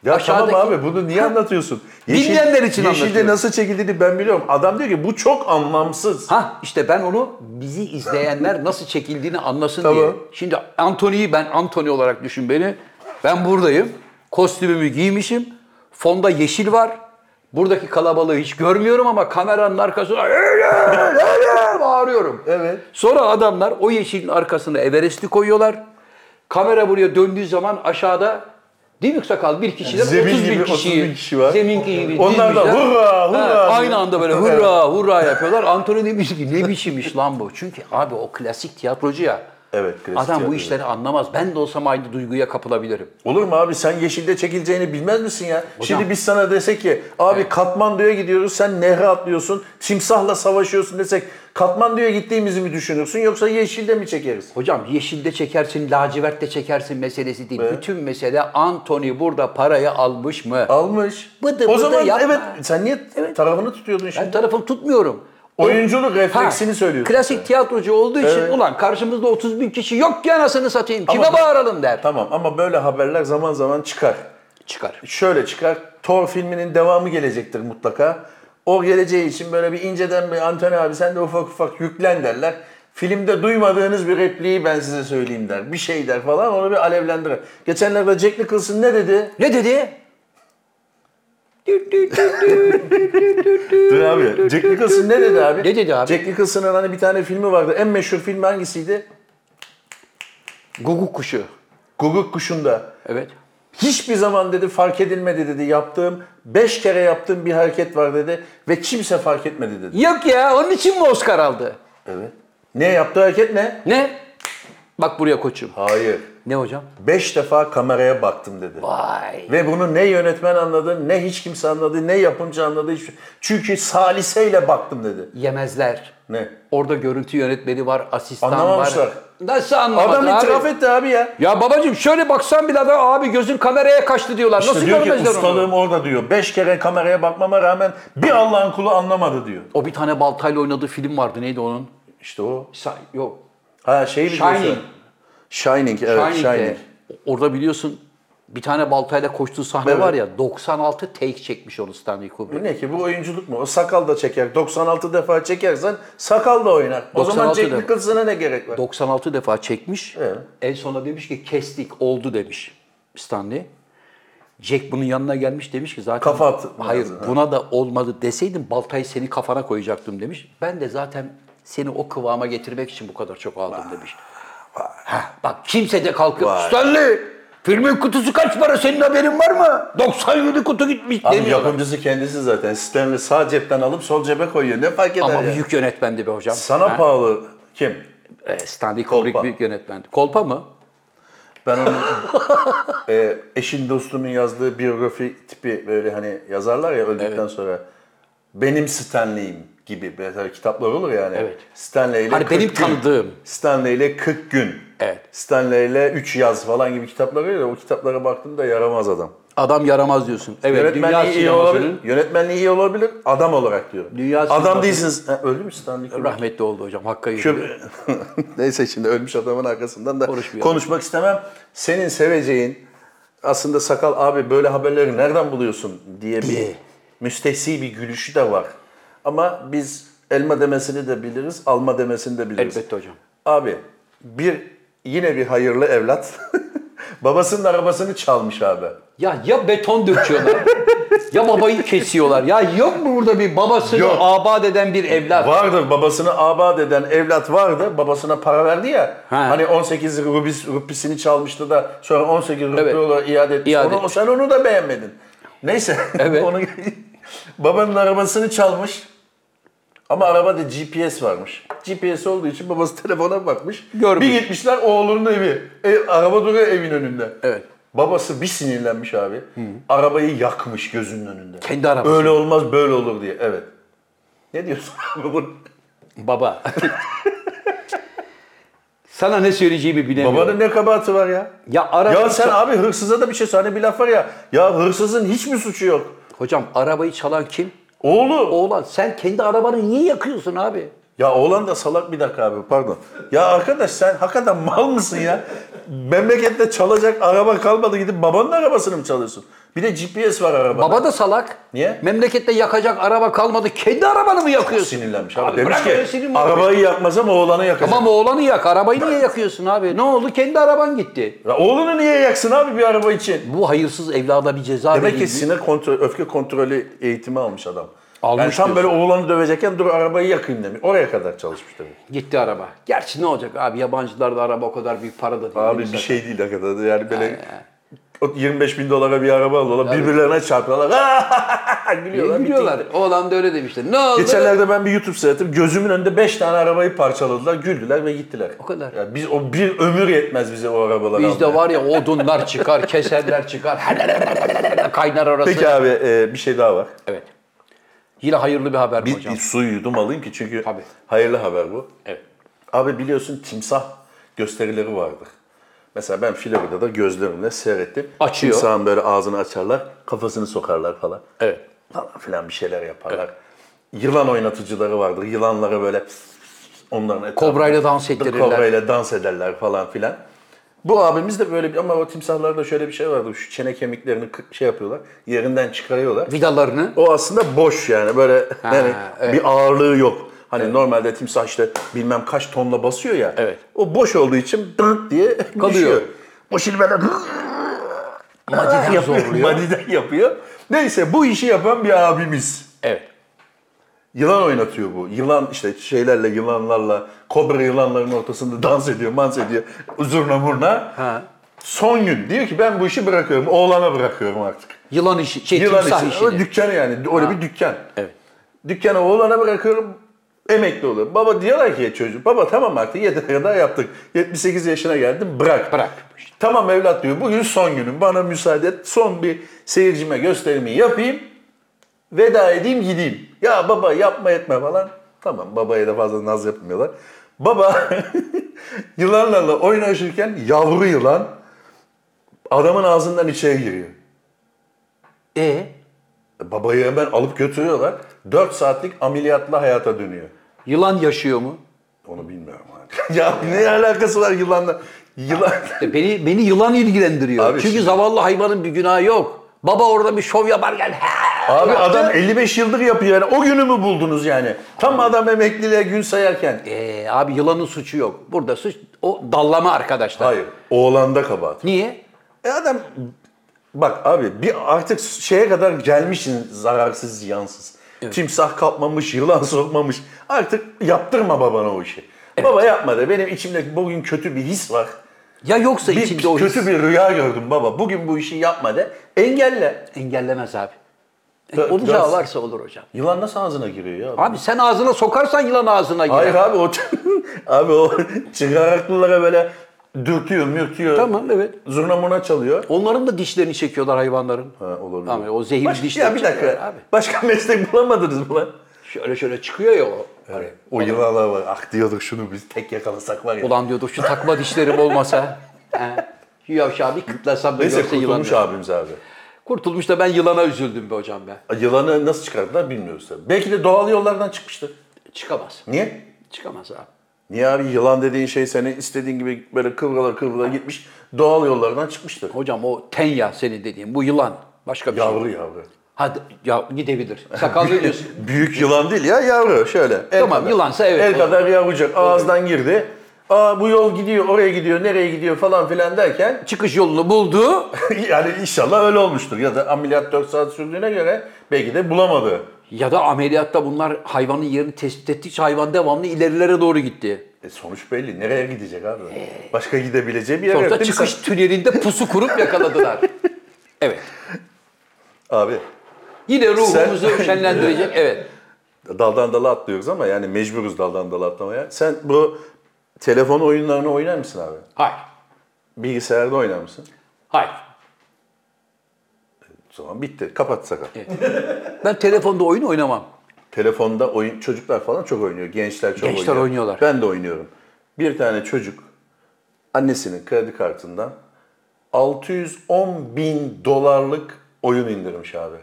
Ya Aşağıdaki- tamam abi bunu niye anlatıyorsun? Bilmeyenler için Yeşilde anlatıyorum. nasıl çekildiğini ben biliyorum. Adam diyor ki bu çok anlamsız. Ha işte ben onu bizi izleyenler nasıl çekildiğini anlasın Tamam. diye. Şimdi Anthony'yi ben Anthony olarak düşün beni. Ben buradayım. Kostümümü giymişim. Fonda yeşil var. Buradaki kalabalığı hiç görmüyorum ama kameranın arkasına öyle öyle bağırıyorum. Evet. Sonra adamlar o yeşilin arkasına Everest'i koyuyorlar. Kamera buraya döndüğü zaman aşağıda değil mi sakal bir kişiden Zemin 30 bin gibi 30 kişiyi, bin kişi var. zemin gibi Onlar da dizmişler. hurra, Ha, hurra. Aynı anda böyle Evet. hurra hurra yapıyorlar. Antonio demiş ki ne biçim iş lan bu? Çünkü abi o klasik tiyatrocu ya. Evet, klasik Adam bu tiyatrocu. işleri anlamaz. Ben de olsam aynı duyguya kapılabilirim. Olur mu abi sen yeşilde çekileceğini bilmez misin ya? Şimdi biz sana desek ki abi Katmandu'ya gidiyoruz sen nehre atlıyorsun timsahla savaşıyorsun desek Katmandu'ya gittiğimizi mi düşünürsün yoksa yeşilde mi çekeriz? Hocam yeşilde çekersin, lacivertte çekersin meselesi değil. Bütün mesele Anthony burada parayı almış mı? Almış. Bıdı o bıdı zaman yapma. evet sen niye tarafını tutuyordun şimdi? Ben tarafım tutmuyorum. O- Oyunculuk refleksini Ha, söylüyorsun. Klasik tiyatrocu olduğu için Evet. ulan karşımızda 30 bin kişi yok ki anasını satayım. Kime Ama- bağıralım der. Tamam ama böyle haberler zaman zaman çıkar. Çıkar. Şöyle çıkar. Thor filminin devamı gelecektir mutlaka. O geleceği için böyle bir inceden bir Antony abi sen de ufak ufak yüklen derler. Filmde duymadığınız bir repliği ben size söyleyeyim der. Bir şey der falan onu bir alevlendirir. Geçenlerde Jack Nicholson ne dedi? Ne dedi? Dü- dü- dü- Dur abi. Jack Nicholson ne dedi abi? Ne dedi abi? Jack Nicholson'ın hani bir tane filmi vardı. En meşhur filmi hangisiydi? Guguk kuşu. Guguk Kuşu'nda. Evet. Hiçbir zaman dedi fark edilmedi dedi yaptığım, beş kere yaptığım bir hareket var dedi ve kimse fark etmedi dedi. Yok ya onun için mi Oscar aldı? Evet. Ne yaptığı hareket ne? Ne? Bak buraya koçum. Hayır. Ne hocam? Beş defa kameraya baktım dedi. Vay. Ve bunu ne yönetmen anladı, ne hiç kimse anladı, ne yapımcı anladı. hiç- Çünkü saliseyle baktım dedi. Yemezler. Ne? Orada görüntü yönetmeni var, asistan Anlamamışlar. var. Nasıl anlamadı Adam abi? itiraf etti abi ya. Ya babacığım şöyle baksan bile adam abi gözün kameraya kaçtı diyorlar. İşte Nasıl diyor ki görmezler onu? ustalığım orada diyor. Beş kere kameraya bakmama rağmen bir Allah'ın kulu anlamadı diyor. O bir tane baltayla oynadığı film vardı. Neydi onun? İşte o. Sa- yok. Ha şeyi biliyorsun. Shining. Shining evet Shining'de. Shining. Ee, Orada biliyorsun bir tane baltayla koştuğu sahne Evet. var ya 96 take çekmiş onu Stanley Kubrick. Bu ne ki bu oyunculuk mu? O sakal da çeker. 96 defa çekersen sakal da oynar. O zaman 96 Jack defa. Nicholson'a ne gerek var? 96 defa çekmiş. Evet. En sonunda demiş ki kestik oldu demiş Stanley. Jack bunun yanına gelmiş demiş ki zaten Kafa at- hayır lazım, ha. buna da olmadı deseydin baltayı seni kafana koyacaktım demiş. Ben de zaten Seni o kıvama getirmek için bu kadar çok aldım demiş. Heh, bak kimse de kalkıp Stanley filmin kutusu kaç para senin haberin var mı? 97 kutu gitmiş Abi demiyorlar. yapımcısı kendisi zaten. Sistemi sağ cepten alıp sol cebe koyuyor. Ne fark eder Ama ya? büyük yönetmendi be hocam. Sana Ha? pahalı kim? E, Stanley Kubrick Kolpa. büyük yönetmendi. Kolpa mı? Ben onun e, eşin dostumun yazdığı biyografi tipi böyle hani yazarlar ya öldükten sonra benim Stanley'im gibi mesela kitaplar olur yani. Evet. Stanley ile Hani 40 benim gün, tanıdığım. Stanley ile 40 gün. Evet. Stanley ile 3 yaz falan gibi kitaplar var ya o kitaplara baktığımda yaramaz adam. Adam yaramaz diyorsun. Evet, dünya Yönetmenliği iyi olabilir. sinemasının Yönetmenliği iyi olabilir. Adam olarak diyorum. Dünya sinemasının- adam değilsiniz. Ha, öldü mü Stanley Kubrick? rahmetli oldu hocam. Hakkı yedi. Köp- Neyse şimdi ölmüş adamın arkasından da Konuşmayalım. konuşmak istemem. Senin seveceğin aslında sakal abi böyle haberleri nereden buluyorsun diye bir Diye. müstehsi bir gülüşü de var. Ama biz elma demesini de biliriz, alma demesini de biliriz. Elbette hocam. Abi bir yine bir hayırlı evlat babasının arabasını çalmış abi. Ya ya beton döküyorlar. ya babayı kesiyorlar. Ya yok mu burada bir babasını Yok. abad eden bir evlat? Vardır babasını abad eden evlat vardı. Babasına para verdi ya. Ha. Hani 18 rubis, rupisini çalmıştı da sonra 18 rupi Evet. olarak iade etmiş. İade Onu- etmiş. sen onu da beğenmedin. Neyse. Evet. onu, babanın arabasını çalmış. Ama arabada GPS varmış. GPS olduğu için babası telefona bakmış. Görmüş. Bir gitmişler oğlunun evi. E, araba duruyor evin önünde. Evet. Babası bir sinirlenmiş abi. Arabayı yakmış gözünün önünde. Kendi arabası. Öyle olmaz böyle olur diye. Evet. Ne diyorsun abi bunu? Baba. Sana ne söyleyeceğimi bilemiyorum. Babanın ne kabahati var ya? Ya arabayı Ya sen çal- abi hırsıza da bir şey söyle. Hani bir laf var ya. Ya hırsızın hiç mi suçu yok? Hocam arabayı çalan kim? Oğlu. Oğlan sen kendi arabanı niye yakıyorsun abi? Ya oğlan da salak bir dakika abi pardon. Ya arkadaş sen hakikaten mal mısın ya? Memlekette çalacak araba kalmadı gidip babanın arabasını mı çalıyorsun? Bir de GPS var arabada. Baba da salak. Niye? Memlekette yakacak araba kalmadı. Kendi arabanı mı yakıyorsun? sinirlenmiş abi. Abi Demiş bırak öyle ki sinirlenme. arabayı yakmasam oğlanı yakacak. Tamam oğlanı yak. Arabayı niye yakıyorsun abi? Ne oldu? Kendi araban gitti. Ya oğlunu niye yaksın abi bir araba için? Bu hayırsız evlada bir ceza Demek ki verildi. sinir kontrol, öfke kontrolü eğitimi almış adam. Almış yani tam diyorsun. böyle oğlanı dövecekken dur arabayı yakayım demiş. Oraya kadar çalışmış tabii. Gitti araba. Gerçi ne olacak abi yabancılarda araba o kadar büyük para da değil. Abi Değil mi bir zaten? şey değil hakikaten. Yani böyle o 25 bin dolara bir araba alıyorlar. Birbirlerine çarpıyorlar. Gülüyorlar, gülüyorlar. Gülüyorlar. Oğlan da öyle demişti. Ne oldu? Geçenlerde ben bir YouTube seyrettim. Gözümün önünde 5 tane arabayı parçaladılar. Güldüler ve gittiler. O kadar. Ya biz o bir ömür yetmez bize o arabalar Bizde var ya odunlar çıkar, keserler çıkar. Kaynar arası. Peki abi e, bir şey daha var. Evet. Yine hayırlı bir haber mi Bir, hocam. bir su yudum alayım ki çünkü Tabii. hayırlı haber bu. Evet. Abi biliyorsun timsah gösterileri vardır. Mesela ben Florida'da gözlerimle seyrettim. Açıyor. Timsahın böyle ağzını açarlar, kafasını sokarlar falan. Evet. Falan filan bir şeyler yaparlar. Yılan oynatıcıları vardır. Yılanlara böyle onların etrafında- Kobrayla dans ettirirler. Kobrayla dans ederler falan filan. Bu abimiz de böyle bir ama o timsahlarda şöyle bir şey vardı. Şu çene kemiklerini kı- şey yapıyorlar. Yerinden çıkarıyorlar. Vidalarını. O aslında boş yani böyle yani evet. bir ağırlığı yok. Hani normalde timsah işte bilmem kaç tonla basıyor ya. Evet. O boş olduğu için dırt diye Kalıyor. düşüyor. O şimdi böyle Madiden yapıyor, zorluyor. madiden yapıyor. Neyse bu işi yapan bir abimiz. Evet. Yılan oynatıyor bu. Yılan işte şeylerle yılanlarla kobra yılanların ortasında dans ediyor, mans ediyor. Zurna murna. Ha. Son gün diyor ki ben bu işi bırakıyorum. Oğlana bırakıyorum artık. Yılan işi, şey Yılan timsah işi. O işini. dükkanı yani. Öyle Ha. bir dükkan. Evet. Dükkanı oğlana bırakıyorum. Emekli oluyorum. Baba diyorlar ki çocuk. Baba tamam artık yeter kadar yaptık. 78 yaşına geldim bırak. Bırak. Tamam evlat diyor. Bugün son günüm. Bana müsaade et. Son bir seyircime gösterimi yapayım. Veda edeyim gideyim. Ya baba yapma etme falan. Tamam babaya da fazla naz yapmıyorlar. Baba yılanlarla oynaşırken yavru yılan adamın ağzından içeri giriyor. E Babayı hemen alıp götürüyorlar. 4 saatlik ameliyatla hayata dönüyor. yılan yaşıyor mu? Onu bilmiyorum abi. ya ne alakası var yılanla? Yılan... Ya E, Beni beni yılan ilgilendiriyor. Abi Çünkü şimdi- zavallı hayvanın bir günahı yok. Baba orada bir şov yapar gel. abi adam 55 yıldır yapıyor yani. O günü mü buldunuz yani? Tam adam emekliliğe gün sayarken. Ee, abi yılanın suçu yok. Burada suç o dallama arkadaşlar. Hayır. Oğlanda kabahat. Niye? E adam bak abi bir artık şeye kadar gelmişsin zararsız ziyansız. Timsah kapmamış, yılan sokmamış. Artık yaptırma babana o işi. Baba yapma da benim içimde bugün kötü bir his var. Ya yoksa Bir içinde o his- kötü bir rüya gördüm baba. Bugün bu işi E, yapma de. Engelle. engellemez abi. E, Dö- Olacağı dönsün. varsa olur hocam. Yılan nasıl ağzına giriyor ya? Abi sen ağzına sokarsan yılan ağzına girer. Hayır abi o abi o çıgaraklılara böyle dürtüyor, mürtüyor. Tamam evet. Zurna murna çalıyor. Onların da dişlerini çekiyorlar hayvanların. Ha, olabilir. Ama o zehir Başka, dişleri ya bir dakika. çekiyorlar abi. Başka meslek bulamadınız mı lan? Şöyle şöyle çıkıyor ya o. Hani, O yılanlar var. Ah diyorduk şunu biz tek yakalasak var ya. Ulan diyorduk şu takma dişlerim olmasa. He. Şu yavşağı bir kıtlasam da Neyse görse yılanı. kurtulmuş abimiz abi. Kurtulmuş da ben yılana üzüldüm be hocam ben. Yılanı nasıl çıkardılar bilmiyoruz tabii. Belki de doğal yollardan çıkmıştı. Çıkamaz. Niye? Çıkamaz abi. Niye abi yılan dediğin şey seni istediğin gibi böyle kıvrıla kıvrıla gitmiş doğal yollardan çıkmıştır. Hocam o tenya senin dediğin bu yılan. Başka bir şey. Yavru yavru. Hadi ya gidebilir. Sakallı diyorsun. Büyük yılan değil ya yavru şöyle. El Tamam, yılansa evet, El o kadar yavrucak ağızdan girdi. Aa bu yol gidiyor oraya gidiyor nereye gidiyor falan filan derken Çıkış yolunu buldu. yani inşallah öyle olmuştur. Ya da ameliyat 4 saat sürdüğüne göre belki de bulamadı. Ya da ameliyatta bunlar hayvanın yerini tespit ettikçe hayvan devamlı ilerilere doğru gitti. E sonuç belli. Nereye gidecek abi? Başka gidebileceği bir yer yok. Ee, Sonuçta değil mi çıkış sen? tünelinde pusu kurup yakaladılar. Evet. Abi Yine ruhumuzu Sen- şenlendirecek. Evet. daldan dala atlıyoruz ama yani mecburuz daldan dala atlamaya. Sen bu telefon oyunlarını oynar mısın abi? Hayır. Bilgisayarda oynar mısın? Hayır. O zaman bitti. Kapat sakal. Ben telefonda oyun oynamam. Telefonda oyun çocuklar falan çok oynuyor. Gençler çok Gençler oynuyor. oynuyorlar. Ben de oynuyorum. Bir tane çocuk annesinin kredi kartından 610 bin dolarlık oyun indirmiş abi.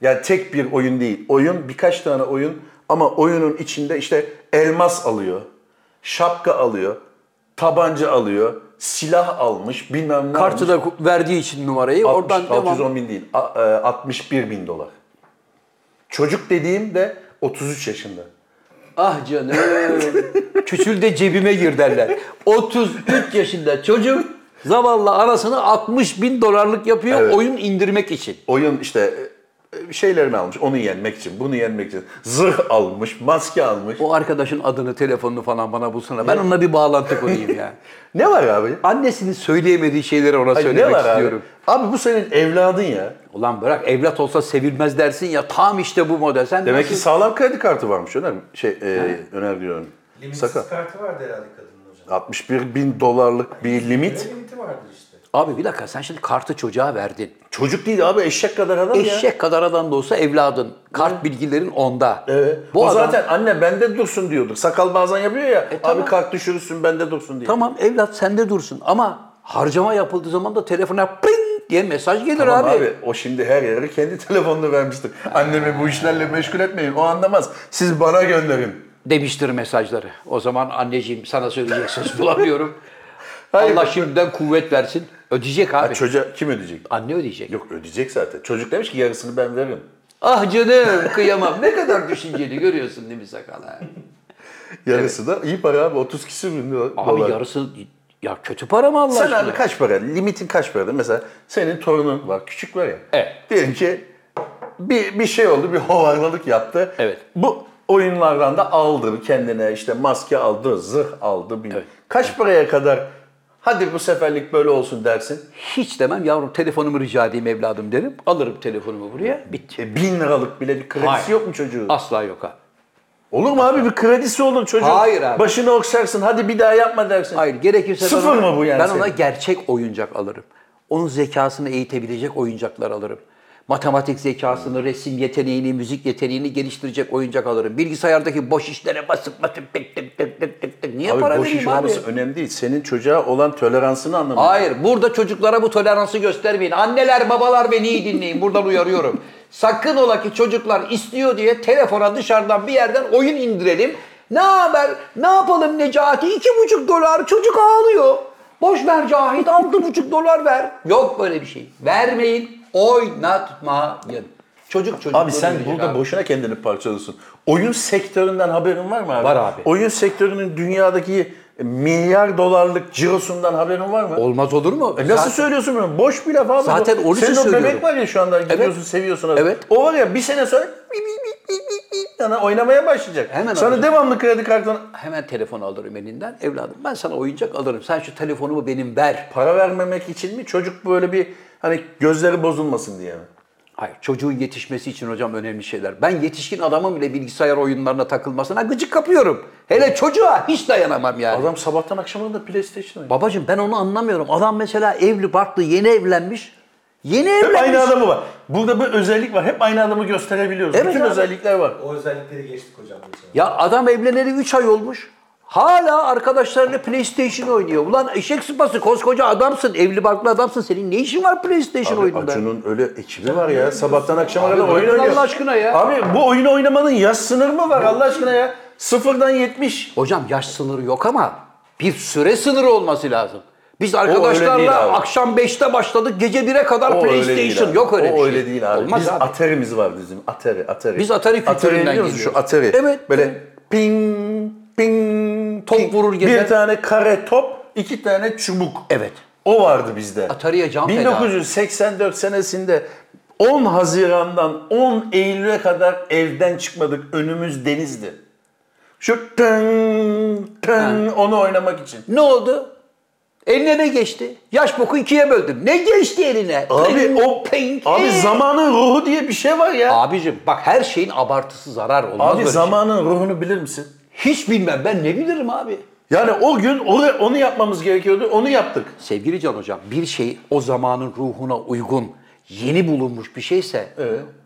Yani tek bir oyun değil. Oyun birkaç tane oyun ama oyunun içinde işte elmas alıyor, şapka alıyor, tabanca alıyor, silah almış, bilmem ne Kartı almış. da ku- verdiği için numarayı 60, oradan devam. 610 bin değil, a- e, 61 bin dolar. Çocuk dediğim de 33 yaşında. Ah canım. Küçül de cebime gir derler. 33 yaşında çocuk zavallı anasını 60 bin dolarlık yapıyor Evet. oyun indirmek için. Oyun işte e, şeylerini almış, onu yenmek için, bunu yenmek için. Zırh almış, maske almış. O arkadaşın adını, telefonunu falan bana bulsana. Ben onunla bir bağlantı kurayım ya. Ne var abi? Annesinin söyleyemediği şeyleri ona Ay, ne söylemek var istiyorum. abi? Abi bu senin evladın ya. Ulan bırak evlat olsa sevilmez dersin ya tam işte bu model. Sen Demek ki nasıl- sağlam kredi kartı varmış Öner. Şey, e, Öner diyorum. Limitsiz Sakın. kartı vardı herhalde kadının hocam. 61 bin dolarlık bir limit. Ne limiti vardı işte. Abi bir dakika sen şimdi kartı çocuğa verdin. Çocuk değil abi eşek kadar adam ya. Eşek kadar adam da olsa evladın. Kart bilgilerin onda. Evet. Bu E, o adam- zaten anne bende dursun diyordur. Sakal bazen yapıyor ya. tamam. Abi kalk düşürürsün bende dursun diye. Tamam evlat sende dursun ama harcama yapıldığı zaman da telefona ping diye mesaj gelir Tamam abi. abi. o şimdi her yere kendi telefonunu vermiştir. Annemi bu işlerle meşgul etmeyin. O anlamaz. Siz bana gönderin. Demiştir mesajları. O zaman anneciğim sana söyleyecek söz bulamıyorum. Hayır. Allah şimdiden kuvvet versin. Ödeyecek abi. Çocuğa kim ödeyecek? Anne ödeyecek. Yok ödeyecek zaten. Çocuk demiş ki yarısını ben veririm. Ah canım kıyamam. ne kadar düşünceli görüyorsun değil mi sakala? Yarısı da iyi para abi. 30 kişi bin dolar. Abi yarısı ya kötü para mı Allah Sen aşkına? abi kaç para? Limitin kaç paradır? Mesela senin torunun var. Küçük var ya. Evet. Diyelim ki bir, bir şey oldu. Bir hovarlalık yaptı. Evet. Bu oyunlardan da aldı kendine işte maske aldı, zırh aldı. Bir. Evet. Kaç paraya kadar hadi bu seferlik böyle olsun dersin? Hiç demem yavrum telefonumu rica edeyim evladım derim. Alırım telefonumu buraya bitti. E, bin liralık bile bir kredisi Hayır. yok mu çocuğun? Asla yok abi. olur mu abi bir kredisi olur çocuğun. Hayır abi. Başını okşarsın hadi bir daha yapma dersin. Hayır gerekirse Sıfır ben ona, mı bu yani ben senin? ona gerçek oyuncak alırım. Onun zekasını eğitebilecek oyuncaklar alırım. Matematik zekasını, resim yeteneğini, müzik yeteneğini geliştirecek oyuncak alırım. Bilgisayardaki boş işlere basıp basıp tık tık tık tık tık tık. Niye Abi para boş iş vereyim abi? olması önemli değil. Senin çocuğa olan toleransını anlamak. Hayır, burada çocuklara bu toleransı göstermeyin. Anneler, babalar beni iyi dinleyin. Buradan uyarıyorum. Sakın ola ki çocuklar istiyor diye telefona dışarıdan bir yerden oyun indirelim. Ne haber? Ne yapalım Necati? İki buçuk dolar. Çocuk ağlıyor. Boş ver Cahit. Altı buçuk dolar ver. Yok böyle bir şey. Vermeyin. Oynatmayın. Çocuk çocuk. Abi sen burada boşuna kendini parçalıyorsun. Oyun sektöründen haberin var mı abi? Var abi. Oyun sektörünün dünyadaki milyar dolarlık cirosundan haberin var mı? Olmaz olur mu? E Nasıl Zaten- söylüyorsun bunu? Boş bir laf abi. bu. Zaten onun için Senin o söylüyorum. bebek var ya şu anda gidiyorsun seviyorsun. Evet. O var ya bir sene sonra bi bi bi Sana oynamaya başlayacak. Hemen Sonra alacak. devamlı kredi kartına Hemen telefonu alırım elinden. Evladım ben sana oyuncak alırım. Sen şu telefonumu benim ver. para vermemek için mi? Çocuk böyle bir hani gözleri bozulmasın diye mi? Hayır çocuğun yetişmesi için hocam önemli şeyler. Ben yetişkin adamın bile bilgisayar oyunlarına takılmasına gıcık kapıyorum. Hele çocuğa hiç dayanamam yani. Adam sabahtan akşama kadar PlayStation oynuyor. Babacım ben onu anlamıyorum. Adam mesela evli barklı yeni evlenmiş. Yeni Hep evlenmiş. aynı adamı var. Burada bir özellik var. Hep aynı adamı gösterebiliyoruz. Evet Bütün abi. özellikler var. O özellikleri geçtik hocam geçen. Ya adam evleneli 3 ay olmuş. Hala arkadaşlarıyla PlayStation oynuyor. Ulan eşek sıpası koskoca adamsın. Evli barklı adamsın. Senin ne işin var PlayStation oyununda? Acun'un öyle ekibi var ya. Sabahtan akşama kadar bırakın oyun oynuyor. Allah aşkına ya. Abi bu oyunu oynamanın yaş sınırı mı var Allah aşkına ya? Sıfırdan 70. Hocam yaş sınırı yok ama bir süre sınırı olması lazım. Biz arkadaşlarla değil abi. akşam 5'te başladık. Gece 1'e kadar O öyle değil PlayStation. abi. yok öyle o bir şey. öyle değil abi. Olmaz Biz abi. Atari'miz var bizim. Atari, Atari. Biz Atari kültüründen biliyor musun? geliyoruz. Şu Atari. Evet. Böyle ping ping Top ping. vurur gezer. Bir tane kare top, iki tane çubuk. Evet. O vardı bizde. Atari'ye can feda. 1984 senesinde 10 Haziran'dan 10 Eylül'e kadar evden çıkmadık. Önümüz denizdi. Şu tın tın onu oynamak için. Ne oldu? Eline ne geçti? Yaş boku ikiye böldün. Ne geçti eline? Abi Ping, o ping. Abi Ee? zamanın ruhu diye bir şey var ya. Abicim bak her şeyin abartısı zarar olmaz. Abi böyle şey. Hani zamanın ruhunu bilir misin? Hiç bilmem ben ne bilirim abi. Yani o gün oraya- onu yapmamız gerekiyordu. Onu yaptık. Sevgili Can Hocam bir şey o zamanın ruhuna uygun yeni bulunmuş bir şeyse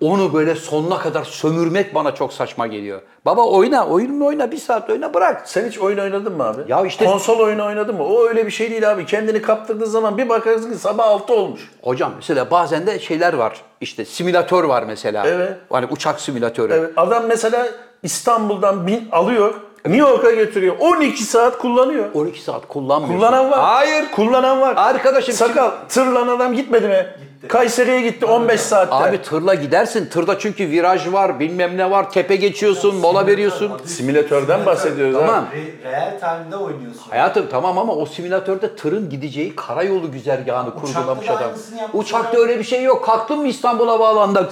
onu böyle sonuna kadar sömürmek bana çok saçma geliyor. Baba oyna, oyun mu oyna, bir saat oyna bırak. Sen hiç oyun oynadın mı abi? Ya işte- konsol oyunu oynadın mı? O öyle bir şey değil abi. Kendini kaptırdığı zaman bir bakarsın ki sabah 6 olmuş. Hocam mesela bazen de şeyler var. İşte simülatör var mesela. Evet. Hani uçak simülatörü. Evet, adam mesela İstanbul'dan bin alıyor, New York'a götürüyor. 12 saat kullanıyor. 12 saat kullanmıyorsun. Kullanan var. Hayır. Kullanan var. Arkadaşım Sakal, tırlan adam gitmedi mi? Kayseri'ye gitti 15 saatte. Abi tırla gidersin. Tırda çünkü viraj var, bilmem ne var. Tepe geçiyorsun, mola veriyorsun. simülatörden bahsediyoruz Tamam. tamam. Re- real time'da oynuyorsun. Hayatım tamam ama o simülatörde tırın gideceği karayolu güzergahını Uçakta kurgulamış da adam. aynısını yapmışlar. Uçakta öyle bir şey yok. Kalktın mı İstanbul'a bağlandın.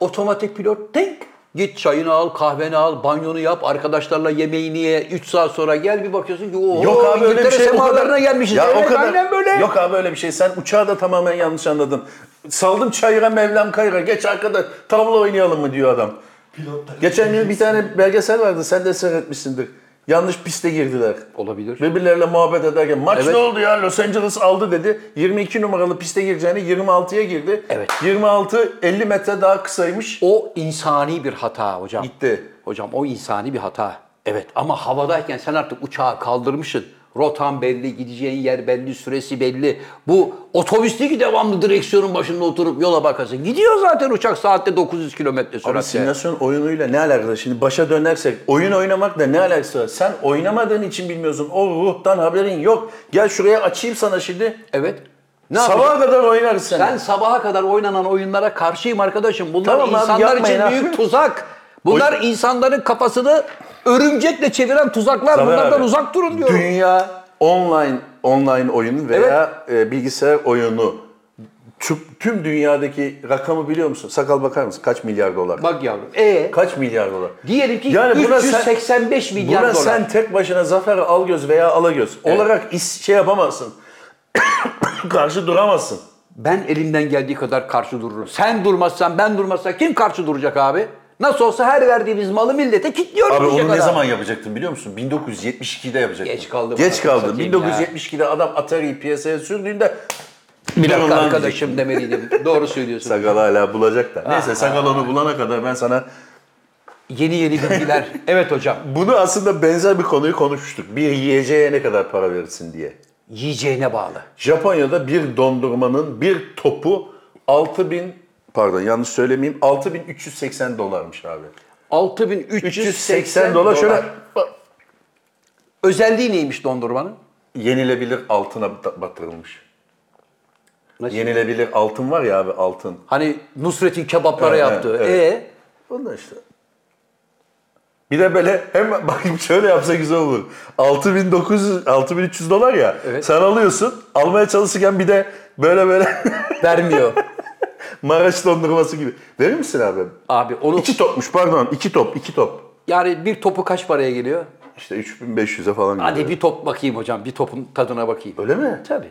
Otomatik pilot tek. Git çayını al, kahveni al, banyonu yap, arkadaşlarla yemeğini ye. 3 saat sonra gel bir bakıyorsun ki ooo Yok abi öyle bir İngiltere şey o semalarına kadar. gelmişiz. Ya evet, o kadar. aynen böyle. Yok abi öyle bir şey. Sen uçağı da tamamen yanlış anladın. Saldım çayıra Mevlam kayıra. Geç arkada tavla oynayalım mı diyor adam. Pilotlar. Geçen gün bir tane belgesel vardı. Sen de seyretmişsindir. Yanlış piste girdiler. Olabilir. Birbirleriyle muhabbet ederken maç Evet. ne oldu ya Los Angeles aldı dedi. 22 numaralı piste gireceğini 26'ya girdi. Evet. 26 50 metre daha kısaymış. O insani bir hata hocam. Gitti. Hocam o insani bir hata. Evet ama havadayken sen artık uçağı kaldırmışsın. Rotan belli, gideceğin yer belli, süresi belli. Bu otobüsteki devamlı direksiyonun başında oturup yola bakarsın. Gidiyor zaten uçak saatte 900 kilometre Abi süratle. simülasyon oyunuyla ne alakası? Şimdi başa dönersek oyun oynamakla ne alakası var? Sen oynamadığın için bilmiyorsun. O ruhtan haberin yok. Gel şuraya açayım sana şimdi. Evet. Ne yapacaksın? Sabaha kadar oynarız sen. Ben sabaha kadar oynanan oyunlara karşıyım arkadaşım. Bunlar Tamam abi, insanlar yapmayın için abi. büyük tuzak. Bunlar insanların kafasını örümcekle çeviren tuzaklar. Tabii Bunlardan abi. uzak durun diyorum. Dünya online online oyun veya e, bilgisayar oyunu tüm, tüm dünyadaki rakamı biliyor musun? Sakal bakar mısın? Kaç milyar dolar? Bak yavrum. E Kaç milyar dolar? diyelim ki Yani buna sen- 385 milyar Buna dolar. sen tek başına Zafer Algöz veya Alagöz olarak is, şey yapamazsın. Karşı duramazsın. Ben elimden geldiği kadar karşı dururum. Sen durmazsan ben durmazsam kim karşı duracak abi? Nasıl olsa her verdiğimiz malı millete kilitliyoruz. Abi diyecek onu ne adam. zaman yapacaktın biliyor musun? 1972'de yapacaktın. Geç kaldım. Geç Satayım kaldım. ya. 1972'de adam Atari'yi piyasaya sürdüğünde Bir "Dur dakika lan" arkadaşım demeliydim. Doğru söylüyorsun. Sakal hala bulacak da. Ah, Neyse sakal onu bulana kadar ben sana Yeni yeni bilgiler. evet hocam. bunu aslında benzer bir konuyu konuşmuştuk. Bir yiyeceğe ne kadar para verirsin diye. Yiyeceğine bağlı. Japonya'da bir dondurmanın bir topu 6000 pardon yanlış söylemeyeyim 6380 dolarmış abi. 6380 380 dolar şöyle Özelliği neymiş dondurmanın? yenilebilir altına bat- batırılmış. Nasıl? Yenilebilir altın var ya abi altın. Hani Nusret'in kebaplara Evet, yaptığı. evet, evet. Bunlar işte. Bir de böyle hem bak şöyle yapsa güzel olur. 6900 6300 dolar ya. Evet. Sen alıyorsun. Almaya çalışırken bir de böyle böyle E vermiyor. Maraş dondurması gibi. Verir misin abi? Abi onu İki topmuş pardon. iki top, iki top. yani bir topu kaç paraya geliyor? İşte 3500'e falan Hadi geliyor. bir top bakayım hocam. Bir topun tadına bakayım. Öyle mi? Tabii.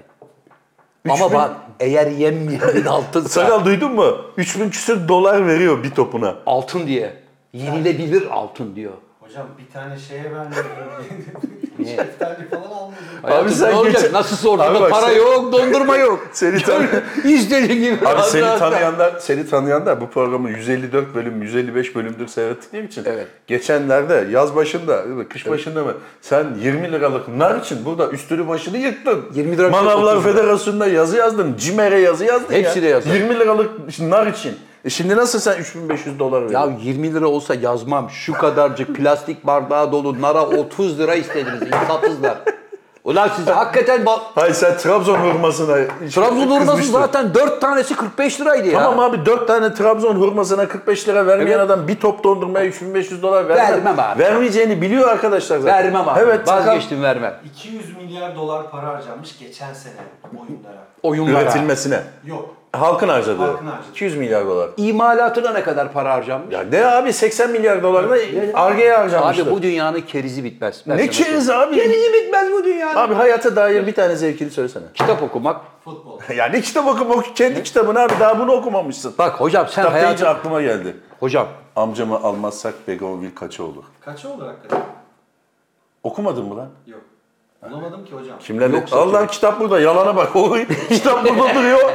Üç Ama bin- bak eğer yenmeyen bir altınsa Sakal duydun mu? 3000 küsür dolar veriyor bir topuna. altın diye. Yenilebilir altın diyor. Hocam bir tane şeye ben Niye? Şeftali falan almadım. Hayatım, sen ne olacak? geçen- Nasılsa ortada Abi bak para sen- yok, dondurma yok. Seni tanı- İstediğin gibi. Abi seni rahat rahat. tanıyanlar, seni tanıyanlar bu programı 154 bölüm, 155 bölümdür seyrettiğim için. Evet. Geçenlerde yaz başında, kış başında mı? Sen 20 liralık nar için burada üstünü başını yıktın. 20 lira- Manavlar 30 lira. Federasyonu'nda yazı yazdın. Cimer'e yazı yazdın Hepsine ya. yazar. 20 liralık nar için. E şimdi nasıl sen 3500 dolar veriyorsun? Ya 20 lira olsa yazmam. Şu kadarcık plastik bardağı dolu nara 30 lira istediniz. İnsafsızlar. Ulan size hakikaten bak. Hayır sen Trabzon hurmasına Trabzon hurması kızmıştın. zaten 4 tanesi 45 liraydı ya. Tamam abi 4 tane Trabzon hurmasına 45 lira vermeyen Evet. adam bir top dondurmaya 3500 dolar vermez. Vermem abi. Vermeyeceğini biliyor arkadaşlar zaten. Vermem abi. Evet vazgeçtim. Vazgeçtim vermem. 200 milyar dolar para harcanmış geçen sene oyunlara. Oyunlara. Üretilmesine. Yok. Halkın harcadı. Halkın harcadı. 200 milyar dolar. İmalatına ne kadar para harcanmış? Ya ne abi 80 milyar dolar da Ar-Ge'ye harcamıştı. Abi bu dünyanın kerizi bitmez. Ben ne sana keriz söyleyeyim. abi? Kerizi bitmez bu dünyanın. Abi hayata dair bir tane zevkini söylesene. Kitap okumak. Futbol. Ya ne kitap okuma kendi kitabını abi daha bunu okumamışsın. Bak hocam sen Kitap hayatın... deyince aklıma geldi. Hocam Amcamı almazsak Begonvil kaça olur? Kaça olur hakikaten? Okumadın mı lan? Yok. Bulamadım ki hocam. Kimler Yoksa Allah kitap burada. Yalana bak. O kitap burada duruyor.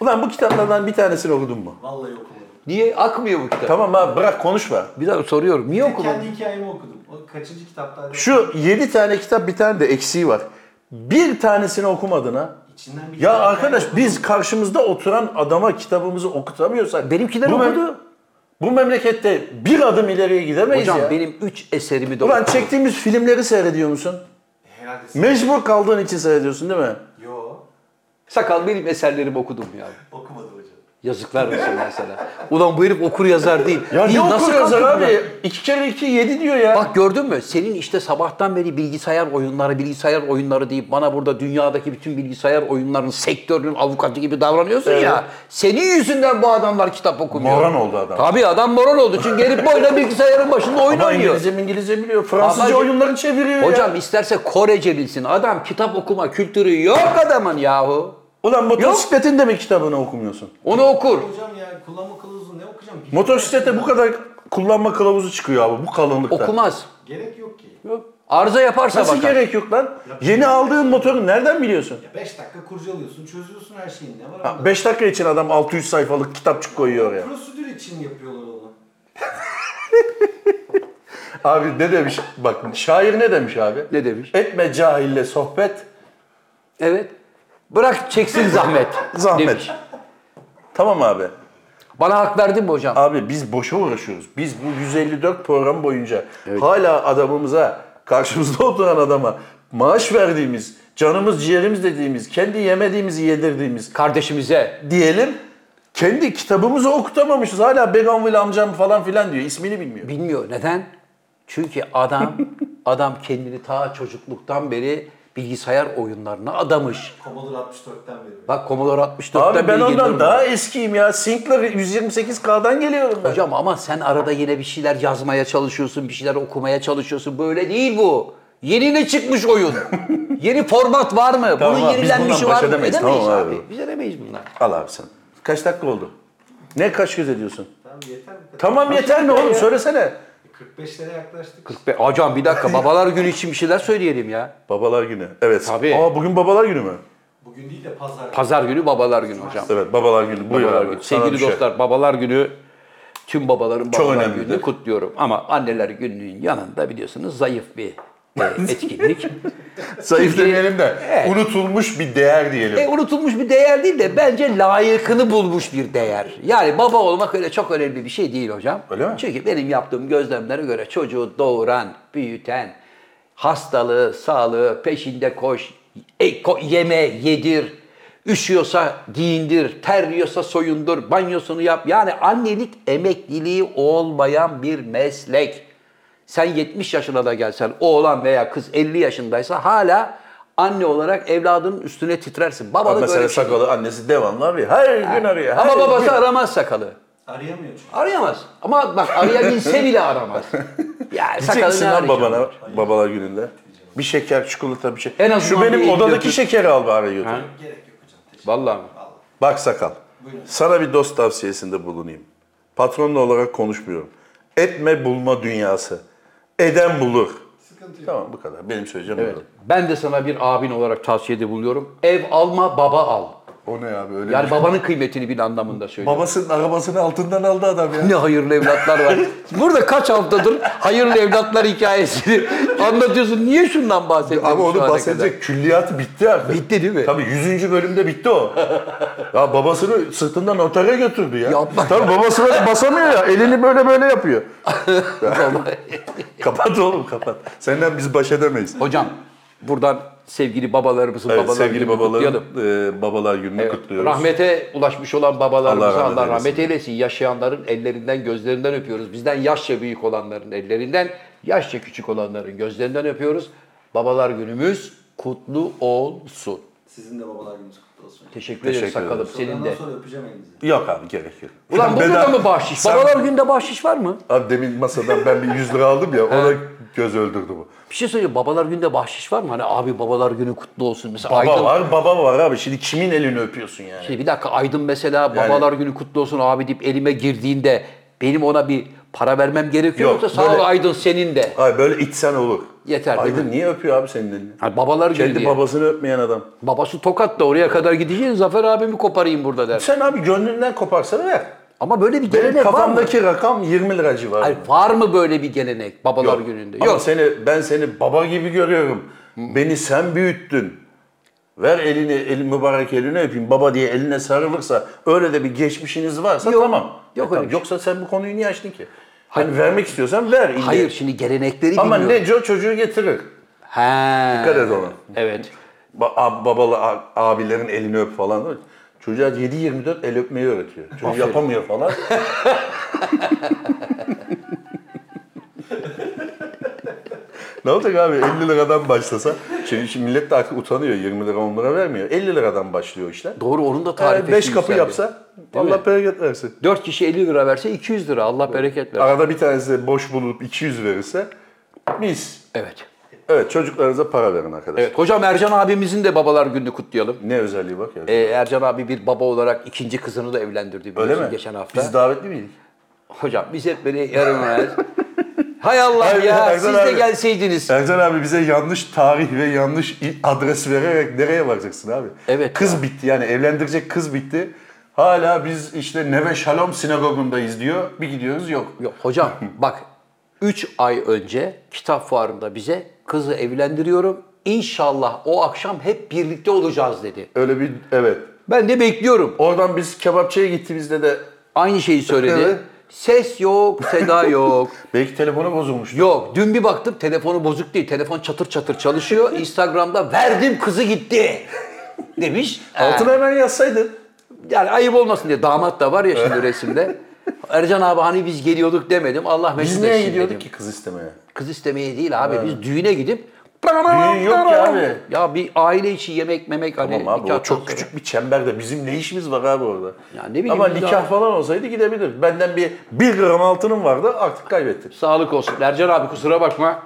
Ulan bu kitaplardan bir tanesini okudun mu? Vallahi okumadım. niye akmıyor bu kitap? Tamam abi bırak konuşma. Bir daha soruyorum. Niye okumadın? Kendi hikayemi okudum. O kaçıncı kitapta? Şu 7 tane kitap bir tane de eksiği var. Bir tanesini okumadın ha. İçinden bir Ya tane arkadaş hikaye biz karşımızda oturan adama kitabımızı okutamıyorsak Benimkiler bu mem- okudu. Bu memlekette bir adım ileriye gidemeyiz Hocam ya. benim 3 eserimi de Ulan okudum. çektiğimiz filmleri seyrediyor musun? okudum. Herhalde. sen- Mecbur kaldığın için seyrediyorsun değil mi? Yo. Sakal benim eserlerimi okudum ya. Okumadım hocam. Yazıklar olsun ben sana. Ulan bu herif okur yazar değil. Ya Değil, ne nasıl okur yazar kalkıp buna- abi? 2 kere 2 7 diyor ya. Bak gördün mü? Senin işte sabahtan beri bilgisayar oyunları, bilgisayar oyunları deyip bana burada dünyadaki bütün bilgisayar oyunlarının sektörünün avukatı gibi davranıyorsun Evet. ya. Senin yüzünden bu adamlar kitap okumuyor. Moron oldu adam. Tabii adam moron oldu. Çünkü herif boyuna bilgisayarın başında oyun Ama oynuyor. İngilizce İngilizce biliyor. Fransızca Ama- oyunları çeviriyor ya. Hocam isterse Korece bilsin. Adam kitap okuma kültürü yok adamın yahu. Ulan motosikletin de mi kitabını okumuyorsun? Onu okur. Hocam ya kullanma kılavuzu ne okuyacağım? Bilmiyorum. Motosiklette bu kadar kullanma kılavuzu çıkıyor abi bu kalınlıkta. Okumaz. Gerek yok ki. Arıza yaparsa Nasıl bakar. gerek yok lan? Yeni aldığın motoru nereden biliyorsun? Ya 5 dakika kurcalıyorsun, çözüyorsun her şeyin. Ne var onda? 5 dakika için adam 600 sayfalık kitapçık koyuyor oraya. Prosedür için yapıyorlar onu. Abi ne demiş? Bak şair ne demiş abi? Ne demiş? Etme cahille sohbet. Evet. Bırak çeksin zahmet. Zahmet. Demiş. Tamam abi. Bana hak verdin mi hocam? Abi biz boşa uğraşıyoruz. Biz bu 154 program boyunca hala adamımıza, karşımızda oturan adama maaş verdiğimiz, canımız ciğerimiz dediğimiz, kendi yemediğimizi yedirdiğimiz Kardeşimize. diyelim kendi kitabımızı okutamamışız. Hala Begonvil amcam falan filan diyor. İsmini bilmiyor. Bilmiyor. Neden? Çünkü adam adam kendini ta çocukluktan beri bilgisayar oyunlarına adamış. Commodore 64'ten beri. Bak Commodore 64'ten Abi ben beri ondan geliyorum. daha eskiyim ya. Sinclair 128K'dan geliyorum ben. Hocam ama sen arada yine bir şeyler yazmaya çalışıyorsun, bir şeyler okumaya çalışıyorsun. Böyle değil bu. Yeni ne çıkmış oyun? Yeni format var mı? Tamam Bunun abi, biz yenilenmişi bundan var baş mı? edemeyiz, Edemeyiz tamam abi. abi. Biz edemeyiz bunlar. Al abi sen. Kaç dakika oldu? Ne kaç göz ediyorsun? Tamam yeter bu kadar. Tamam yeter ne oğlum söylesene. 45'lere yaklaştık. Be, hocam bir dakika babalar günü için bir şeyler söyleyelim ya. Babalar günü. Evet. Tabii. Aa bugün babalar günü mü? Bugün değil de pazar. Pazar günü babalar günü hocam. Evet babalar günü. Buyur Babalar abi. günü. Sana şey. Sevgili düşer. dostlar babalar günü tüm babaların Çok babalar önemlidir. gününü kutluyorum. Ama anneler gününün yanında biliyorsunuz zayıf bir e, etkinlik. Zayıf Çünkü- demeyelim de Evet. unutulmuş bir değer diyelim. E, unutulmuş bir değer değil de bence layıkını bulmuş bir değer. Yani baba olmak öyle çok önemli bir şey değil hocam. Öyle mi? Çünkü benim yaptığım gözlemlere göre çocuğu doğuran, büyüten, hastalığı, sağlığı peşinde koş, e, ko- yeme, yedir, üşüyorsa giyindir, terliyorsa soyundur, banyosunu yap. Yani annelik emekliliği olmayan bir meslek. Sen 70 yaşına da gelsen, oğlan veya kız 50 yaşındaysa hala anne olarak evladının üstüne titrersin. Baba da böyle Mesela bir şey. sakalı annesi devamlı arıyor. Her gün arıyor. her Ama gün. babası aramaz sakalı. Arayamıyor çünkü. Arayamaz. Ama bak arayabilse bile aramaz. Yani Diyecek sakalı misin ne lan arayacağım? babana babalar gününde? Bir şeker, çikolata bir şey. En Şu azından bir benim el odadaki götür. şekeri al bari götür. Gerek yok hocam. Teşekkür Vallahi mi? Bak sakal. Buyurun. Sana bir dost tavsiyesinde bulunayım. Patronla olarak konuşmuyorum. Etme bulma dünyası. Eden bulur. Sıkıntı yok. Tamam bu kadar. Benim söyleyeceğim Evet. bu. Ben de sana bir abin olarak tavsiyede bulunuyorum. Ev alma, baba al. O ne abi öyle şey Yani babanın kıymetini bil anlamında söylüyorum. Babasının arabasını altından aldı adam ya. Ne hayırlı evlatlar var. Burada kaç haftadır hayırlı evlatlar hikayesini anlatıyorsun. Niye şundan bahsediyorsun? Abi şu onu ana bahsedecek kadar? külliyatı bitti artık. Bitti değil mi? Tabii 100. bölümde bitti o. ya babasını sırtından notere götürdü ya. Yapma. Tabii babasına basamıyor ya. Elini böyle böyle yapıyor. Vallahi. kapat oğlum kapat. Senden biz baş edemeyiz. Hocam buradan sevgili babalarımızın Evet, babalar sevgili gününü babaların kutlayalım. e, babalar gününü Evet, kutluyoruz. Rahmete ulaşmış olan babalarımıza Allah, Allah rahmet eylesin. rahmet eylesin. Yaşayanların ellerinden, gözlerinden öpüyoruz. Bizden yaşça büyük olanların ellerinden, yaşça küçük olanların gözlerinden öpüyoruz. Babalar günümüz kutlu olsun. Sizin de babalar gününüz kutlu olsun. Teşekkür ederim Teşekkür sakalım senin Ondan de. sonra öpeceğim elinizi. Yok abi gerek yok. Ulan bu Bedava- da mı bahşiş? Sen- Babalar günde bahşiş var mı? Abi demin masadan ben bir 100 lira aldım ya ona göz öldürdü bu. Bir şey söyleyeyim. Babalar günde bahşiş var mı? Hani abi babalar günü kutlu olsun. Mesela Baba Aydın, var baba var abi şimdi kimin elini öpüyorsun yani? Şimdi Şey, bir dakika Aydın mesela babalar günü kutlu olsun abi deyip elime girdiğinde benim ona bir para vermem gerekiyor Yok, yoksa sağ böyle- ol Aydın senin de. Ay böyle içsen olur. Yeter, değil Aydın niye öpüyor abi senin elini? Hani babalar günü Kendi diye. babasını öpmeyen adam. Babası Tokat'ta oraya kadar gideceğiz. Zafer abimi koparayım burada der. Sen abi gönlünden koparsana ver. Ama böyle bir Benim gelenek var mı? kafamdaki rakam 20 lira civarı. Hayır, var mı böyle bir gelenek babalar gününde? Ama Yok. seni, ben seni baba gibi görüyorum. Beni sen büyüttün. Ver elini, el, mübarek elini öpeyim. Baba diye eline sarılırsa, öyle de bir geçmişiniz varsa Yok. tamam. Yok E öyle tamam, bir şey. Yoksa sen bu konuyu niye açtın ki? Hani vermek istiyorsan ver. ille. Hayır şimdi gelenekleri Ama bilmiyorum. Ee, Neco çocuğu getirir. He. Dikkat et ona. Evet. Ba- ab- babalı a- abilerin elini öp falan. değil mi? Çocuğa 7-24 el öpmeyi öğretiyor. Çocuk yapamıyor falan. ne olacak abi 50 liradan başlasa? Şimdi, şimdi millet de artık utanıyor 20 lira 10 lira vermiyor. 50 liradan başlıyor işler. Doğru onun da tarifesi. 5 Ee, kapı yükseldi. yapsa mi? Allah bereket versin. 4 kişi 50 lira verse 200 lira. Allah bereket versin. Arada bir tanesi boş bulup 200 verirse mis. Evet. Evet çocuklarınıza para verin arkadaşlar. Evet. Hocam Ercan abimizin de babalar gününü kutlayalım. Ne özelliği bak ya. Ee, Ercan abi bir baba olarak ikinci kızını da evlendirdi Öyle biliyorsun mi? geçen hafta. Biz davetli miydik? Hocam biz hep böyle yaramaz. Hay Allah Hayır, ya Ercan siz de abi. gelseydiniz. Ercan abi bize yanlış tarih ve yanlış i- adres vererek nereye varacaksın abi? Evet Kız ya. bitti yani evlendirecek kız bitti. Hala biz işte Neve Şalom sinagogundayız diyor. Bir gidiyoruz yok. Yok hocam bak 3 ay önce kitap fuarında bize kızı evlendiriyorum. İnşallah o akşam hep birlikte olacağız dedi. Öyle bir evet. Ben de bekliyorum. Oradan biz kebapçıya gittiğimizde de Aynı şeyi söyledi. Evet. Ses yok, seda yok. belki telefonu bozulmuş. Yok dün bir baktım telefonu bozuk değil. Telefon çatır çatır çalışıyor. Instagram'da verdim kızı gitti demiş. Altına hemen yazsaydın. Yani ayıp olmasın diye damat da var ya şimdi resimde. Ercan abi hani biz geliyorduk demedim. Allah mesut Biz etsin niye dedim. gidiyorduk ki kız istemeye? Kız istemeye değil abi. Biz düğüne gidip Düğün yok ki abi. Ya bir aile içi yemek memek hani Tamam abi o nikahtan çok sonra. küçük bir çemberde. Bizim ne işimiz var abi orada? Ya ne bileyim Ama biz nikah daha- falan olsaydı gidebilir. Benden bir 1 gram altınım vardı artık kaybettim. Sağlık olsun. Ercan abi kusura bakma.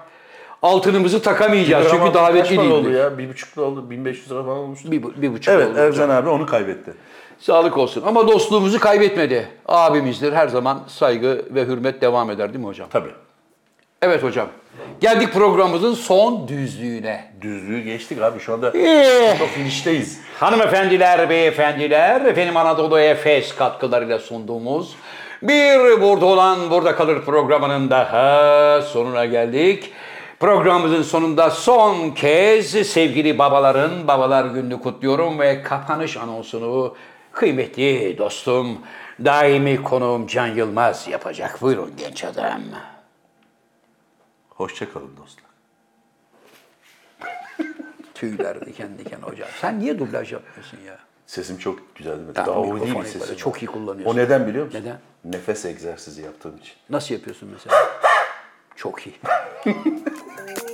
Altınımızı takamayacağız çünkü Gram altın kaç davetli para oldu değildik. ya. Bir buçuklu oldu. 1500 lira falan olmuştu. Bir, bu- bir buçuk Evet oldu. Ercan abi onu kaybetti. Sağlık olsun. Ama dostluğumuzu kaybetmedi. Abimizdir. Her zaman saygı ve hürmet devam eder değil mi hocam? Tabii. Evet hocam. Geldik programımızın son düzlüğüne. Düzlüğü geçtik abi şu anda Eh. çok finişteyiz. Hanımefendiler, beyefendiler, efendim Anadolu Efes katkılarıyla sunduğumuz bir burada olan burada kalır programının daha sonuna geldik. Programımızın sonunda son kez sevgili babaların babalar gününü kutluyorum ve kapanış anonsunu kıymetli dostum, daimi konuğum Can Yılmaz yapacak. Buyurun genç adam. Hoşçakalın dostlar. Tüyler diken diken hocam. Sen niye dublaj yapıyorsun ya? Sesim çok güzel değil mi? Ya, Daha o o değil mikrofonu mi sesim? böyle çok iyi O kullanıyorsun. neden biliyor musun? Neden? Nefes egzersizi yaptığım için. Nasıl yapıyorsun mesela? Çok iyi.